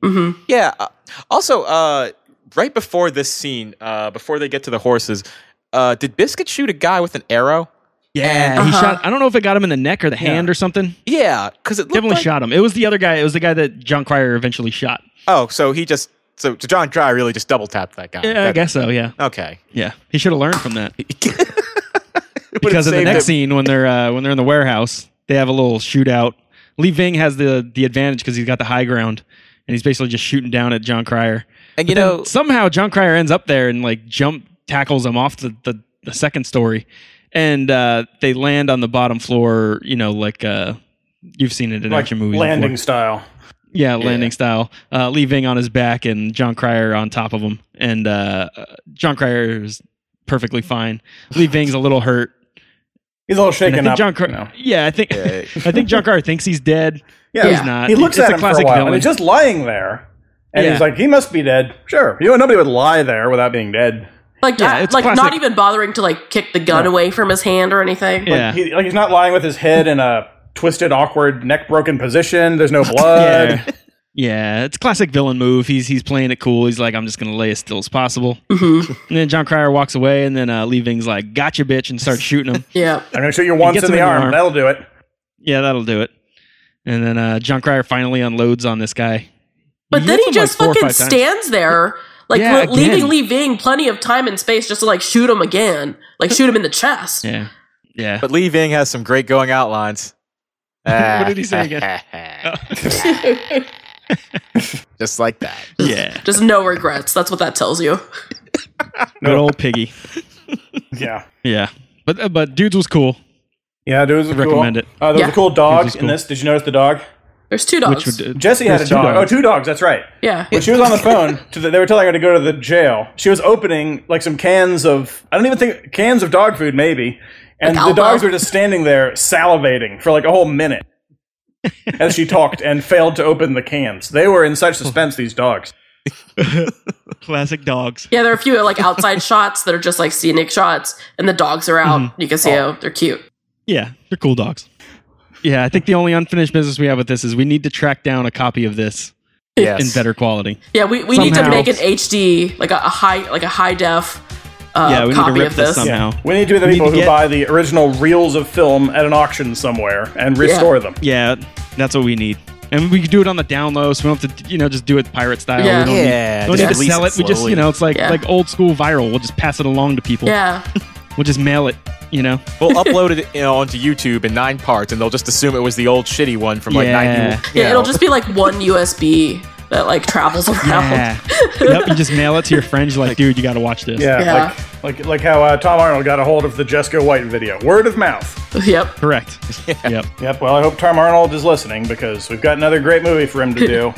Yeah. uh, Also, uh, right before this scene, uh, before they get to the horses, uh, did Biscuit shoot a guy with an arrow? Yeah, he shot. I don't know if it got him in the neck or the hand or something. Yeah, because it Uh-huh. looked Definitely like- shot him. It was the other guy. It was the guy that John Cryer eventually shot. Oh, so he just so John Dry really just double tapped that guy. Yeah, I That- guess so. Yeah, Okay. yeah. He should have learned from that Would've because in the saved next him- scene when they're uh, when they're in the warehouse, they have a little shootout. Lee Ving has the the advantage because he's got the high ground, and he's basically just shooting down at John Cryer. and you know, somehow John Cryer ends up there and like jump tackles him off the, the, the second story, and uh, they land on the bottom floor. You know, like uh, you've seen it in like action movies. landing before. style. yeah, landing style. Uh, Lee Ving on his back and John Cryer on top of him, and uh, John Cryer is perfectly fine. Lee Ving's a little hurt. He's a little And I shaken think up. John Cryer. you know. Yeah, I think I think John Cryer thinks he's dead. Yeah, he's not. He looks It's at a him for classic a while, villain. and he's just lying there. And Yeah. he's like, he must be dead. Sure, you know, nobody would lie there without being dead. Like, Yeah, I- it's like not classic. even bothering to like kick the gun away from his hand or anything. Yeah. He, like he's not lying with his head in a twisted, awkward, neck broken position. There's no blood. Yeah. Yeah, it's classic villain move. He's he's playing it cool. He's like, I'm just gonna lay as still as possible. mm-hmm. And then John Cryer walks away, and then uh, Lee Ving's like, "Gotcha, bitch!" and starts shooting him. Yeah. I'm gonna shoot you once gets in him the, arm. That'll do it. yeah, that'll do it. And then uh, John Cryer finally unloads on this guy. But then hits he him, like, just four or fucking five times. stands there, like Yeah, le- leaving again. Lee Ving plenty of time and space just to like shoot him again, like shoot him in the chest. Yeah, yeah. but Lee Ving has some great going out lines. What did he say again? just like that. yeah, Just no regrets. That's what that tells you. good old piggy. Yeah. Yeah, but uh, but dudes was cool. Yeah, dude, it was a Recommend cool, it. Uh, there Yeah. was a cool dog This is in cool. this. Did you notice the dog? There's two dogs. Which would, uh, Jesse had There's a two dog. dogs. Oh, two dogs. That's right. yeah. When she was on the phone, to the, they were telling her to go to the jail. She was opening like some cans of I don't even think cans of dog food, maybe. And Like the dogs Alba. were just standing there salivating for like a whole minute as she talked and failed to open the cans. They were in such suspense. These dogs. Oh, classic dogs. Yeah, there are a few like outside shots that are just like scenic shots, and the dogs are out. Mm-hmm. You can see oh, they're cute. Yeah, they're cool dogs. Yeah, I think the only unfinished business we have with this is we need to track down a copy of this Yes. in better quality. Yeah, we, we need to Somehow. make an HD like a, a high like a high def uh, Yeah, we need to copy rip of this this. somehow. Yeah. Now, We need to be the we need people to who get- buy the original reels of film at an auction somewhere and restore them. Yeah, that's what we need. And we can do it on the down low, so we don't have to, you know, just do it pirate style. Yeah. we don't Yeah, need, don't just need to release sell it it. We just, slowly. you know, it's like Yeah. like old school viral. We'll just pass it along to people. Yeah, We'll just mail it. You know. We'll upload it you know, onto YouTube in nine parts, and they'll just assume it was the old shitty one from like Yeah. ninety. you yeah. It'll know. just be like one USB that like travels around. Yeah. yep. You just mail it to your friends. You're like, dude, you got to watch this. Yeah, Yeah. Like, like like how uh, Tom Arnold got a hold of the Jessica White video. Word of mouth. Yep. Correct. Yep. Yep. Well, I hope Tom Arnold is listening because we've got another great movie for him to do.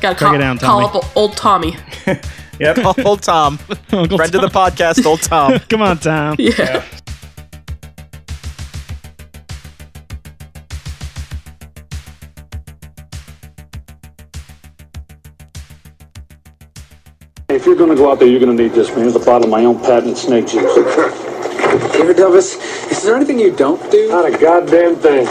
Got to Break call, it down, call Tommy. up old Tommy. Yep. old Tom, Uncle friend of the podcast, old Tom. Tom. Come on, Tom. Yeah. If you're going to go out there, you're going to need this, man. Here's a bottle of my own patent snake juice. Here, Dovis, is there anything you don't do? Not a goddamn thing.